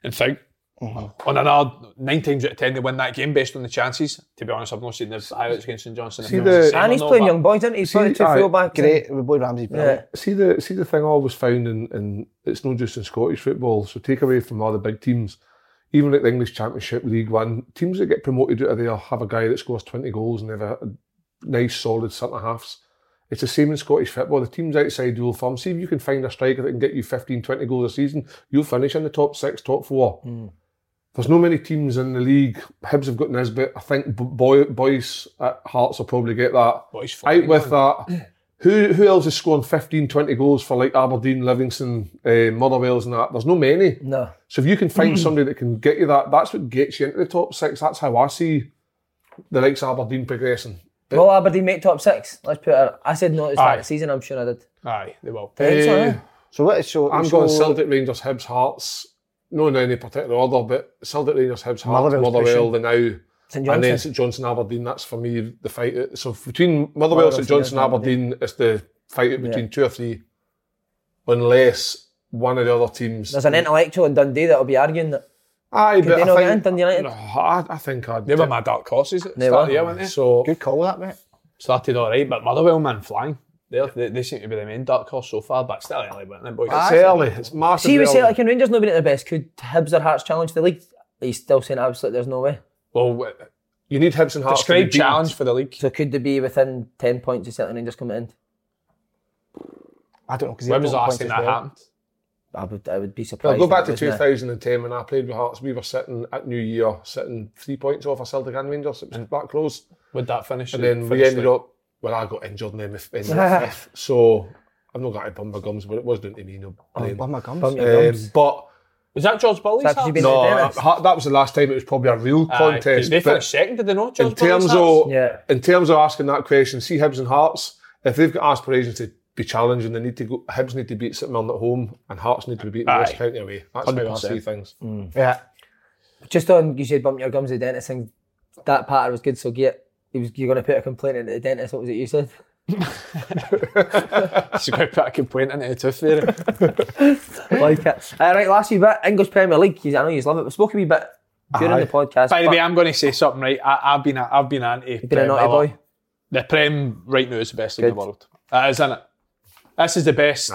and think.
Mm-hmm.
On another nine times out of ten, they win that game based on the chances. To be honest, I've not seen the highlights against St Johnstone.
See the-
And he's playing young boys, isn't he? He's playing two
aye,
fullbacks.
Great, with Boy Ramsey, brilliant.
See the see the thing I always found, and and it's not just in Scottish football. So take away from all the big teams, even like the English Championship, League One, teams that get promoted out of there have a guy that scores twenty goals and they have a nice solid centre halves. It's the same in Scottish football. The teams outside rule form. See if you can find a striker that can get you 15, 20 goals a season. You'll finish in the top six, top four. There's no many teams in the league. Hibs have got Nisbet. I think B- boy, boys at Hearts will probably get that.
Boys
Out with that. Who who else is scoring 15, 20 goals for like Aberdeen, Livingston, uh, Motherwells and that? There's no many.
No.
So if you can find somebody that can get you that, that's what gets you into the top six. That's how I see the likes of Aberdeen progressing.
Will Aberdeen make top six? Let's put it. I said no at the start of the season. I'm sure I did.
Aye, they will.
Think so, eh?
So what? So
I'm
so-
going Celtic, Rangers, Hibs, Hearts. No in any particular order, but Celtic, Rangers, Hibs, Hearts,
Motherwell's
Motherwell,
pushing.
the now,
St
and
Johnstone.
then St Johnson, Aberdeen. That's for me the fight. So between Motherwell, St Johnson, Aberdeen, it's the fight between two or three, unless one of the other teams.
There's an intellectual in Dundee that'll be arguing that.
Aye,
Could they
but
not
I
get in
think,
Dundee United?
No, I, I think I'd.
They were my dark horses at the
They
start
were.
of the year, weren't they?
So
Good call that, mate.
Started all right, but Motherwell man flying. They're, they they seem to be the main dark horse so far, but still early, but then boys.
it's early. It's massive.
See, we say like in Rangers not being at their best. Could Hibs or Hearts challenge the league? He's still saying absolutely there's no way.
well, w-
you need Hibs and Hearts. to be
prescribed
beaten.
challenge for the league.
So could they be within ten points of Celtic and Rangers coming in?
I don't know because
When was the last time that happened?
I would, I would be surprised.
I'll go
if
back
it
to
wasn't a-
2010 when I played with Hearts. We were sitting at New Year, sitting three points off a Celtic and Rangers. It was back close.
Would that finish?
And then we
finish
ended
like-
up when I got injured and then we f- ended up fifth. So I'm not going to bum my gums, but it was down to me. No, blame.
Oh my gums.
Bump your
Um,
gums.
but
Was that George Bully's?
Is that 'cause you've been
no,
in
I-
Dennis?
ha- that was the last time it was probably a real contest.
They
but
finished second, did they not? George
in terms
Bully's
of
Hearts?
Yeah.
in terms of asking that question, see Hibs and Hearts. If they've got aspirations to be challenged and they need to go, Hibs need to beat St Mirren at home and Hearts need to be beating West
Aye.
County away. That's how I see
100%.
things.
Yeah.
Just on you said bump your gums to the dentist thing. That pattern was good. So get he was you're gonna put a complaint into the dentist. What was it you said?
That's a good bit of complaint into the tooth fairy.
like it. Uh, right, last wee bit English Premier League. Yous- I know you love it. We spoke a wee bit during
Aye.
the podcast.
By the
but
way, I'm going to say something right. I, I've been a, I've been anti.
you've been a
Prem
naughty
lot.
boy.
The Prem right now is the best league in
Good.
the world. It is, isn't it? This is the best.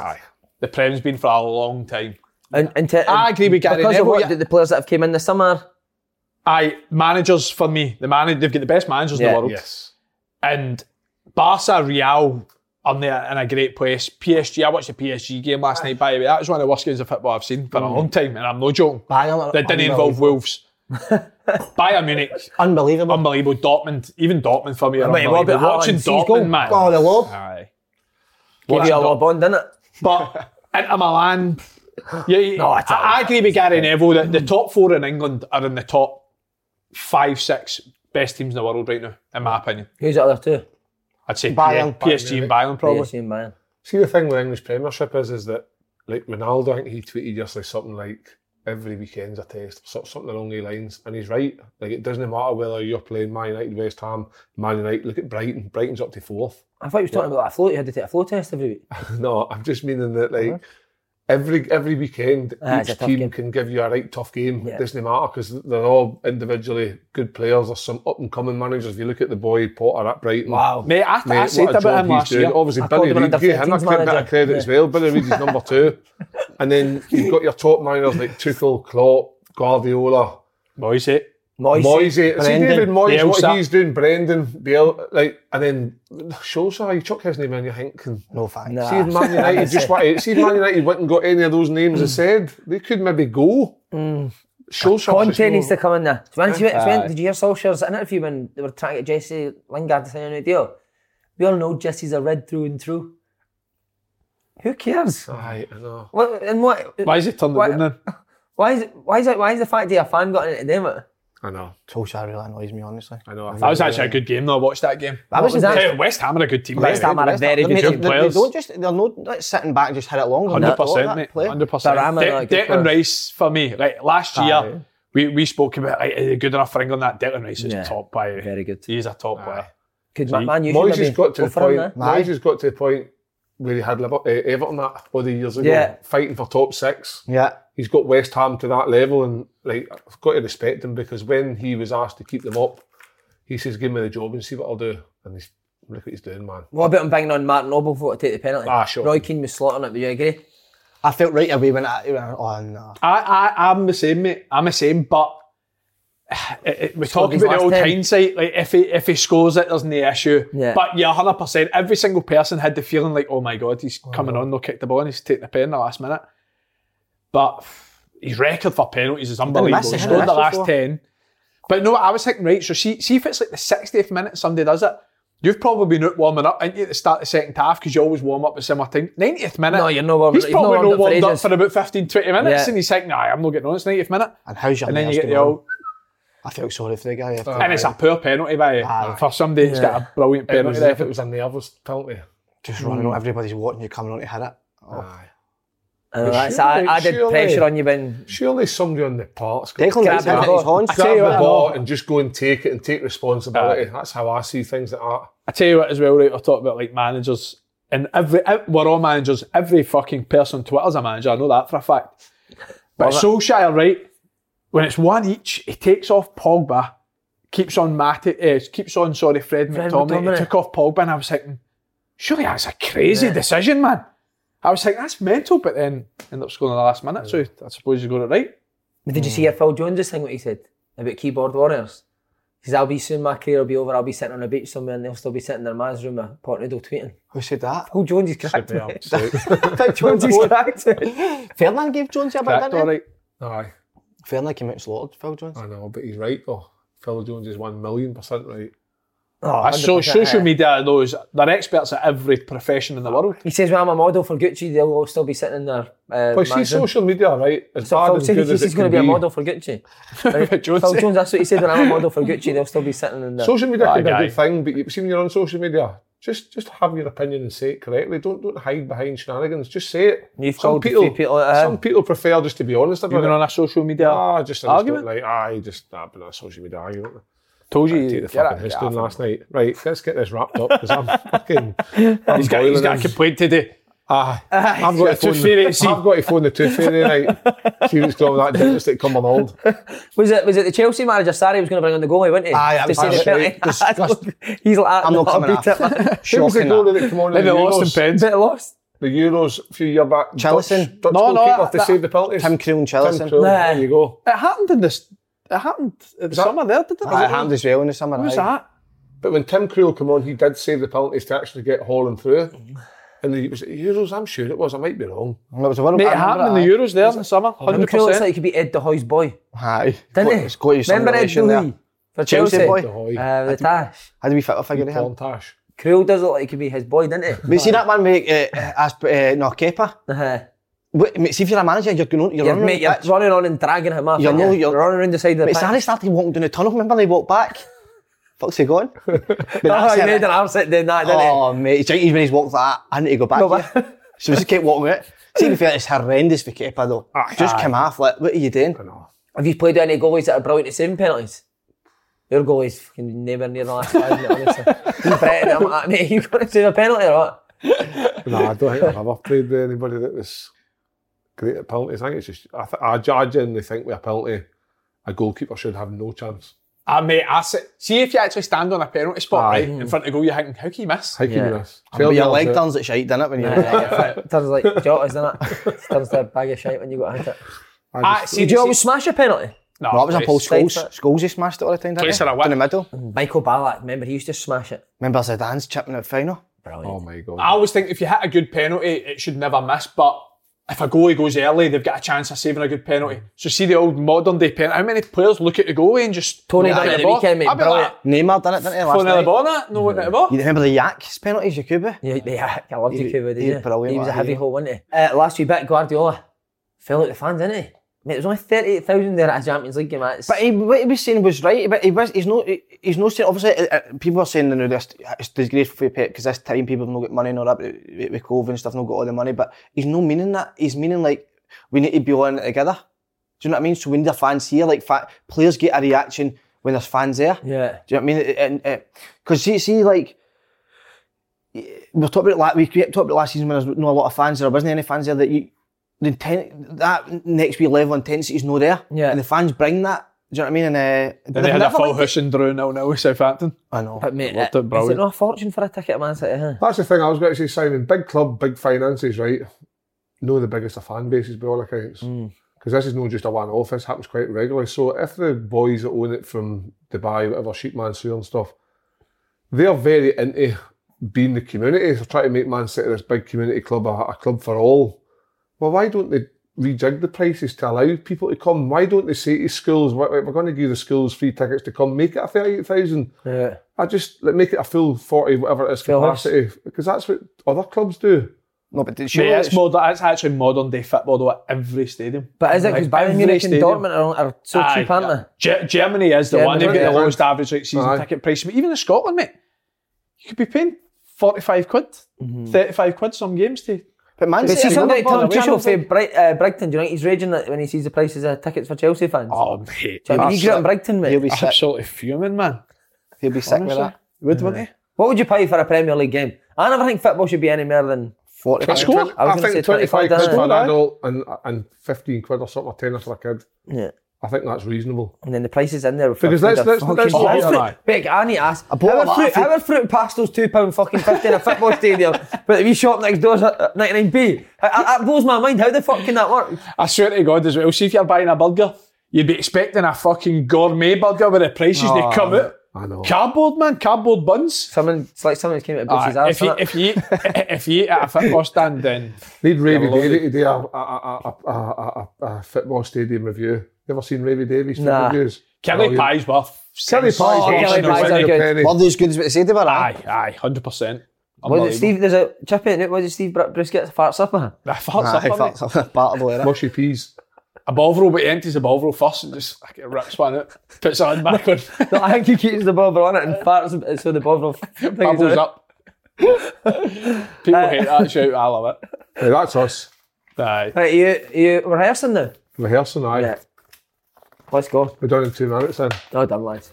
The Prem's been for a long time.
And, and to,
I agree with Gary
because of
Neville,
what
yeah.
the, the players that have came in this summer.
Aye, managers for me. The man, they've got the best managers in
Yeah.
the world.
Yes.
And Barca, Real are there in a great place. PSG, I watched the PSG game last night. By the way, that was one of the worst games of football I've seen for
Mm.
a long time, and I'm no joking.
Bayern are
That didn't involve Wolves. Bayern Munich,
Unbelievable.
unbelievable. Dortmund, even Dortmund for me. Are
Mate, what about
unbelievable. Watching
Haaland? See his goal?
Dortmund, man.
Oh, the lob.
Aye.
Give
Watching
you a
Dortmund.
lob on, didn't it?
But Inter Milan, yeah, yeah, I, I agree with Gary Neville that the top four in England are in the top five, six best teams in the world right now, in my opinion.
Who's the other two?
I'd say
Bayern.
P- PSG and Bayern probably.
PSG and Bayern.
See the thing with English Premiership is is that like Ronaldo, I think he tweeted yesterday something like every weekend's a test, so- something along the lines, and he's right. Like it doesn't matter whether you're playing Man United, West Ham, Man United. Look at Brighton. Brighton's up to fourth.
I thought you was talking about that float. You had to take a flow test every week.
no, I'm just meaning that like every every weekend
Ah, it's a
each
tough
team can give you a right tough game.
Yeah.
It doesn't matter because they're all individually good players. There's some up and coming managers. If you look at the boy Potter at Brighton, wow,
Mate, I- I said
what a
about
job
him
he's
last
doing.
year.
Obviously,
I called
Billy
him an
Reid, give him a
15s
bit of
manager.
credit
Yeah.
as well. Billy Reid is number two, and then you've got your top managers like Tuchel, Klopp, Guardiola,
Moise.
Moise, See
Brendan,
David Moyes, what
Bielsa.
he's doing, Brendan, Biel, like, and then Solskjaer, you chuck his name in, you're thinking,
no thanks.
See
Ah.
if Man United just what, see if Man United went and got any of those names and said they could maybe go.
Mm.
Solskjaer
Conte needs to come in there. So when, she went, so when-
Aye.
did you hear Solskjaer's interview when they were trying to get Jesse Lingard to sign a new deal? We all know Jesse's a red through and through. Who cares?
Aye, I know.
What, and what?
Why is it turned
why,
it down then?
Why is it? Why is it? Why is the fact that a fan got in it to them? it?
I know.
Solskjaer really annoys me, honestly.
I know.
That was actually a good game though. I watched that game.
That was
Hey,
intense.
West Ham are a good team.
West Ham
mate.
are a very
They're
good team. They, they
players.
don't just, they're not like, sitting back, just hit it long.
Hundred percent, mate. Hundred percent. De- Declan Rice for me, like last year,
Aye.
we, we spoke about like, is he good enough for England. That Declan Rice is top player.
Very good.
He's a top player.
Could
So
Man U
Moyes
maybe
has got to
go
the
for him
point.
now?
Moyes has got to the point where he had Liver- eh, Everton that all the years ago,
Yeah.
fighting for top six.
Yeah.
He's got West Ham to that level, and like I've got to respect him because when he was asked to keep them up, he says, "Give me the job and see what I'll do." And he's look what he's doing, man.
What about him banging on Martin Noble for to take the penalty?
Ah, sure.
Roy Keane was slaughtering it. Would you agree?
I felt right away when I, oh no.
I, I, I'm the same, mate. I'm the same, but it, it, we
Scored
talk
his
about the
last
old
10.
hindsight. Like if he if he scores it, there's no issue.
Yeah.
But yeah, hundred percent. Every single person had the feeling like, oh my god, he's coming on. They'll kick the ball and he's taking the pen the last minute. But his record for penalties is unbelievable.
miss it,
He
didn't
scored
miss
the
it
last
before.
ten. But no, I was thinking right. So see, see if it's like the 60th minute, somebody does it. You've probably been out warming up, ain't you, at the start of the second half because you always warm up at similar time. 90th minute.
No, you're not warming
He's
up- you've not
probably
warmed
not
up for
warmed up
ages.
for about 15, 20 minutes,
Yeah.
and he's like, "Nah, I'm not getting on." It's 90th minute.
And how's your
And then you
nerves
get Uh, the
going on?
old,
I felt sorry for the guy. I felt
and it's a poor penalty by for somebody that's got a brilliant
It was
penalty.
as if it was a nervous penalty.
just running on. Everybody's watching you coming on to hit it.
Uh, that's- I, I did pressure on you when
Surely somebody on the park's
Declan Rice
Grab
had it in
the
his
ball.
hands.
grab
you what,
the
I
ball
know.
and just go and take it and take responsibility. That's how I see things like that.
I tell you what, as well, right? I talk about like managers, and every ev- we're all managers. Every fucking person on Twitter's a manager. I know that for a fact. But Solskjaer, right? When it's one each, he takes off Pogba, keeps on Matic, eh, keeps on sorry Fred,
Fred
McTominay.
McTominay.
He took off Pogba, and I was thinking, surely that's a crazy
Yeah.
decision, man. I was like, that's mental, but then ended up scoring in the last minute, so I suppose he's got it right.
did you
Hmm.
see Phil Jones' thing? What he said about keyboard warriors? He says, "I'll be soon. My career will be over. I'll be sitting on a beach somewhere, and they'll still be sitting in their man's room, a pot noodle tweeting."
Who said that?
Phil Jones is cracked. mate. Phil Jones is
Jones.
cracked.
Ferdinand gave Jones a bit,
Correct, all
didn't he?
right. Aye,
Ferdinand came out and slaughtered Phil Jones.
I know, but he's right though. Phil Jones is one million percent right. Ah,
Oh,
That's so
100%,
social
aye.
media knows they're experts at every profession in the world.
He says, "Well, I'm a model for Gucci. They'll all still be sitting in their uh,
But see,
man's room."
social media, right? As
So
bad
Phil
and
said
good as
he's
it
going to
can
be
be,
a model for Gucci. Phil
eh?
Jones, that's what he said. When I'm a model for Gucci, they'll still be sitting in there.
Social media
Aye,
can be a
aye.
good thing, but you see when you're on social media, just just have your opinion and say it correctly. Don't don't hide behind shenanigans. Just say it.
You've
some
called a
people,
few people out of
some people prefer just to be honest about
Even
it.
uh, on a social media
Ah, just I just don't
argument.
like aye, just nah, been on a social media argument.
Told you,
Take the
get out,
fucking
get
history
out.
last night. Right, let's get this wrapped up because I'm fucking. I'm
He's got, he's
boiling
got a
in.
complaint today.
Aye.
Aye.
I've got to
Tooth
phone
fairy,
the,
see.
I've got to phone the tooth fairy right. See what's going on with that dentist at Cumbernauld.
Was it was it the Chelsea manager Sarri was going to bring on the goalie, wasn't he?
Aye, that
To
was
say the
absolutely
penalty. He's like,
I'm not
I'll
coming
beat it.
Who was the
Shocking
goalie
that.
that came on in
Maybe
the
lost in
Euros?
pens.
Bit lost.
The Euros a few years back. Dutch,
Callison?
Dutch
No, no,
goalkeeper
that-
to
that-
save the penalties.
Tim Krul and
Tim
Chelson.
Krul,
Nah.
There you go.
It happened in this. It happened in
that-
the summer there, didn't it?
Aye, it happened as well in the summer.
What was
aye.
that?
But when Tim Krul came on, he did save the penalties to actually get Holland through. And the, was it Euros? I'm sure it was. I might be wrong.
It was a World
Mate,
Cup,
it
I remember
happened in the
that,
Euros there in the summer.
Him
Hundred
cool looks like
percent.
he could be Ed De Hoy's boy,
aye. Aye.
didn't
It's got you
he?
some
Remember Ed
relation
De Hoy
there.
for
Chelsea
Chelsea?
boy.
De Hoy.
Uh, the tash.
Had a wee fitter figure of him.
Bontash.
Krul does look like he could be his boy, didn't he?
But see that one with uh, as, uh, no, Kepa?
Uh-huh.
Wait, mate, see if you're a manager, you're going on, you're,
You're,
running
mate,
on
you're
the pitch.
running on and dragging him up.
You're
aren't
no-
you?
you're-
running around the side of the
Mate, Sarri
pitch.
started walking down the tunnel. Remember they walked back? Fuck's he gone? But
Oh,
that's
he
it.
made an upset doing that, didn't he?
Oh, mate, it's like when he's walked like that, I need to go back
No,
here. So we just kept walking it. See, if it's horrendous for Kepa though.
Ah,
just come off, like, what are you doing?
Have you played any goalies that are brilliant at saving penalties? Your goalie's fucking nowhere near the last five, mate, honestly. You bet him, like, mate, you got to save a penalty or what?
No, I don't think I've ever played with anybody that was great at penalties. I think it's just I, th- I I genuinely think with a penalty, a goalkeeper should have no chance.
I mate, I see, see if you actually stand on a penalty spot
Aye.
right in front of goal, you're thinking, how can you miss?
How can you Yeah. miss?
But your leg turns it shite, doesn't it? When you
turns like jotters, doesn't it? Turns to a bag of shite when you got hit it.
I just-
Did you always smash a penalty?
No, that was a Paul Scholes. Scholes he smashed it all the time. didn't
Place
he?
it away.
in the middle.
Michael Ballack, remember he used to smash it.
Remember as a dance chip in the final.
Brilliant.
Oh my god.
I always think if you hit a good penalty, it should never miss. But if a goalie goes early, they've got a chance of saving a good penalty. So see the old modern day penalty. How many players look at the goalie and just
Tony
throw
done
it
it
at
the
ball?
weekend, mate,
I'd be like,
Neymar done it, didn't he? Last
Throwing it at
night.
the ball, innit? No one at the ball.
You remember the Yak's penalties, Yakuba?
Yeah, the Yak. I loved Yakuba, did
he
you?
was brilliant,
He was a
wasn't
heavy hole, wasn't he? Uh, last wee bit, Guardiola fell out the fans, didn't he? Mate, there was only 38,000 there at a Champions League game. That's
But he, what he was saying was right. But he was, he's not. He's not saying. Obviously, uh, uh, people are saying you know, this, it's disgraceful for Pep because this time people have not got money and all that but with with COVID and stuff. Not got all the money, but he's not meaning that. He's meaning like we need to be all in it together. Do you know what I mean? So when there's fans here, like fa- players get a reaction when there's fans there.
Yeah.
Do you know what I mean? And because see, see, like we talked about it last, we talked about it last season when there was not a lot of fans there. There wasn't any fans there that you the inten- that next week level of intensity is not there. Yeah, and the fans bring that. Do you know what I mean? And uh,
Then
they've
they had a
never
full
liked it.
house and drew 0 0 Southampton.
I know.
But mate,
Loved it,
is it
brilliant.
not a fortune for a ticket at Man City? Huh?
That's the thing I was going to say, Simon. Big club, big finances, right? No, the biggest of fan bases by all accounts. Because this is not just a one off, this happens quite regularly. So if the boys that own it from Dubai, whatever, Sheikh Mansour and stuff, they're very into being the community. They're trying to make Man City this big community club, a, a club for all. Well, why don't they rejig the prices to allow people to come? Why don't they say to schools, "Right, right, we're going to give the schools free tickets to come, make it a 38,000?
Yeah.
I just like, make it a full 40, whatever it is,
Full house.
capacity, because that's what other clubs do.
No, but did
Mate, it's, mod- it's actually modern day football though at every stadium.
But is it because
Like,
Bayern
every
Munich and
stadium.
Dortmund are, are so cheap, aren't they?
Ge- Germany is the
Germany,
one. They've got
yeah.
the lowest average like, season ticket price. But even in Scotland, mate, you could be paying 45 quid, Mm-hmm. 35 quid some games to.
But Man
But see somebody Tom Channel for Bright, uh, Brigton, do you know he's raging that when he sees the prices of tickets for Chelsea fans?
Oh mate,
do you know what I mean? He grew up in Brighton, mate.
He'll be sick.
absolutely fuming, man.
He'll be sick with
Honestly.
that.
Would, wouldn't he?
What would you pay for a Premier League game? I never think football should be any more than
forty.
I,
I, was gonna say
think 25
25
quid for an
doesn't it?
adult and, and 15 quid or something, or 10 for a kid.
Yeah.
I think that's reasonable.
And then the prices in there were
Because
fucking-
let's- let's-
fucking-
let's-
Our
Oh,
fruit-
aye.
Big, I need to ask.
bought a
Our
lot of
fruit,
fruit.
our fruit pastel's two pound fucking fifty in a football stadium, but the wee shop next door's at ninety nine B. That blows my mind. How the fuck can that work?
I swear to God as well. See if you're buying a burger, you'd be expecting a fucking gourmet burger with the prices
Oh,
they come out.
I know.
Cardboard man, cardboard buns.
Someone, it's like someone came at Bush's
Aye,
ass.
if, you,
innit?
if you eat, if you eat at a football stand, then
Need Ravy
loaded.
Davy to do a, a, a, a, a, a, a football stadium review. You ever seen Ravy Davies food
Nah.
reviews?
Kelly pies were
Kelly Pies,
Oh, Kelly Pies are good.
Were they as good as what they say they were? eh?
Aye, aye, hundred percent.
Was it Steve? There's a chip in it. Was it Steve Br- Brisket? Fart supper.
Aye, fuck, fuck, Part of it.
Mushy peas.
A Bovril, but he empties the Bovril first and just like, rips one out, puts it on back on,
No, I think he keeps the bobber on it and farts, so the bobber thing
bubbles
is
up. People hate that shout, I love it.
Hey, that's us.
Aye.
Right, you you rehearsing now?
Rehearsing, aye.
Yeah. Let's go.
We're done in two minutes then.
No done, lads.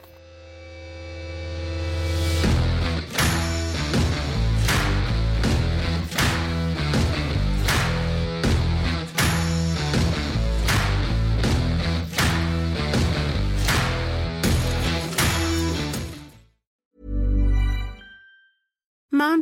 Mom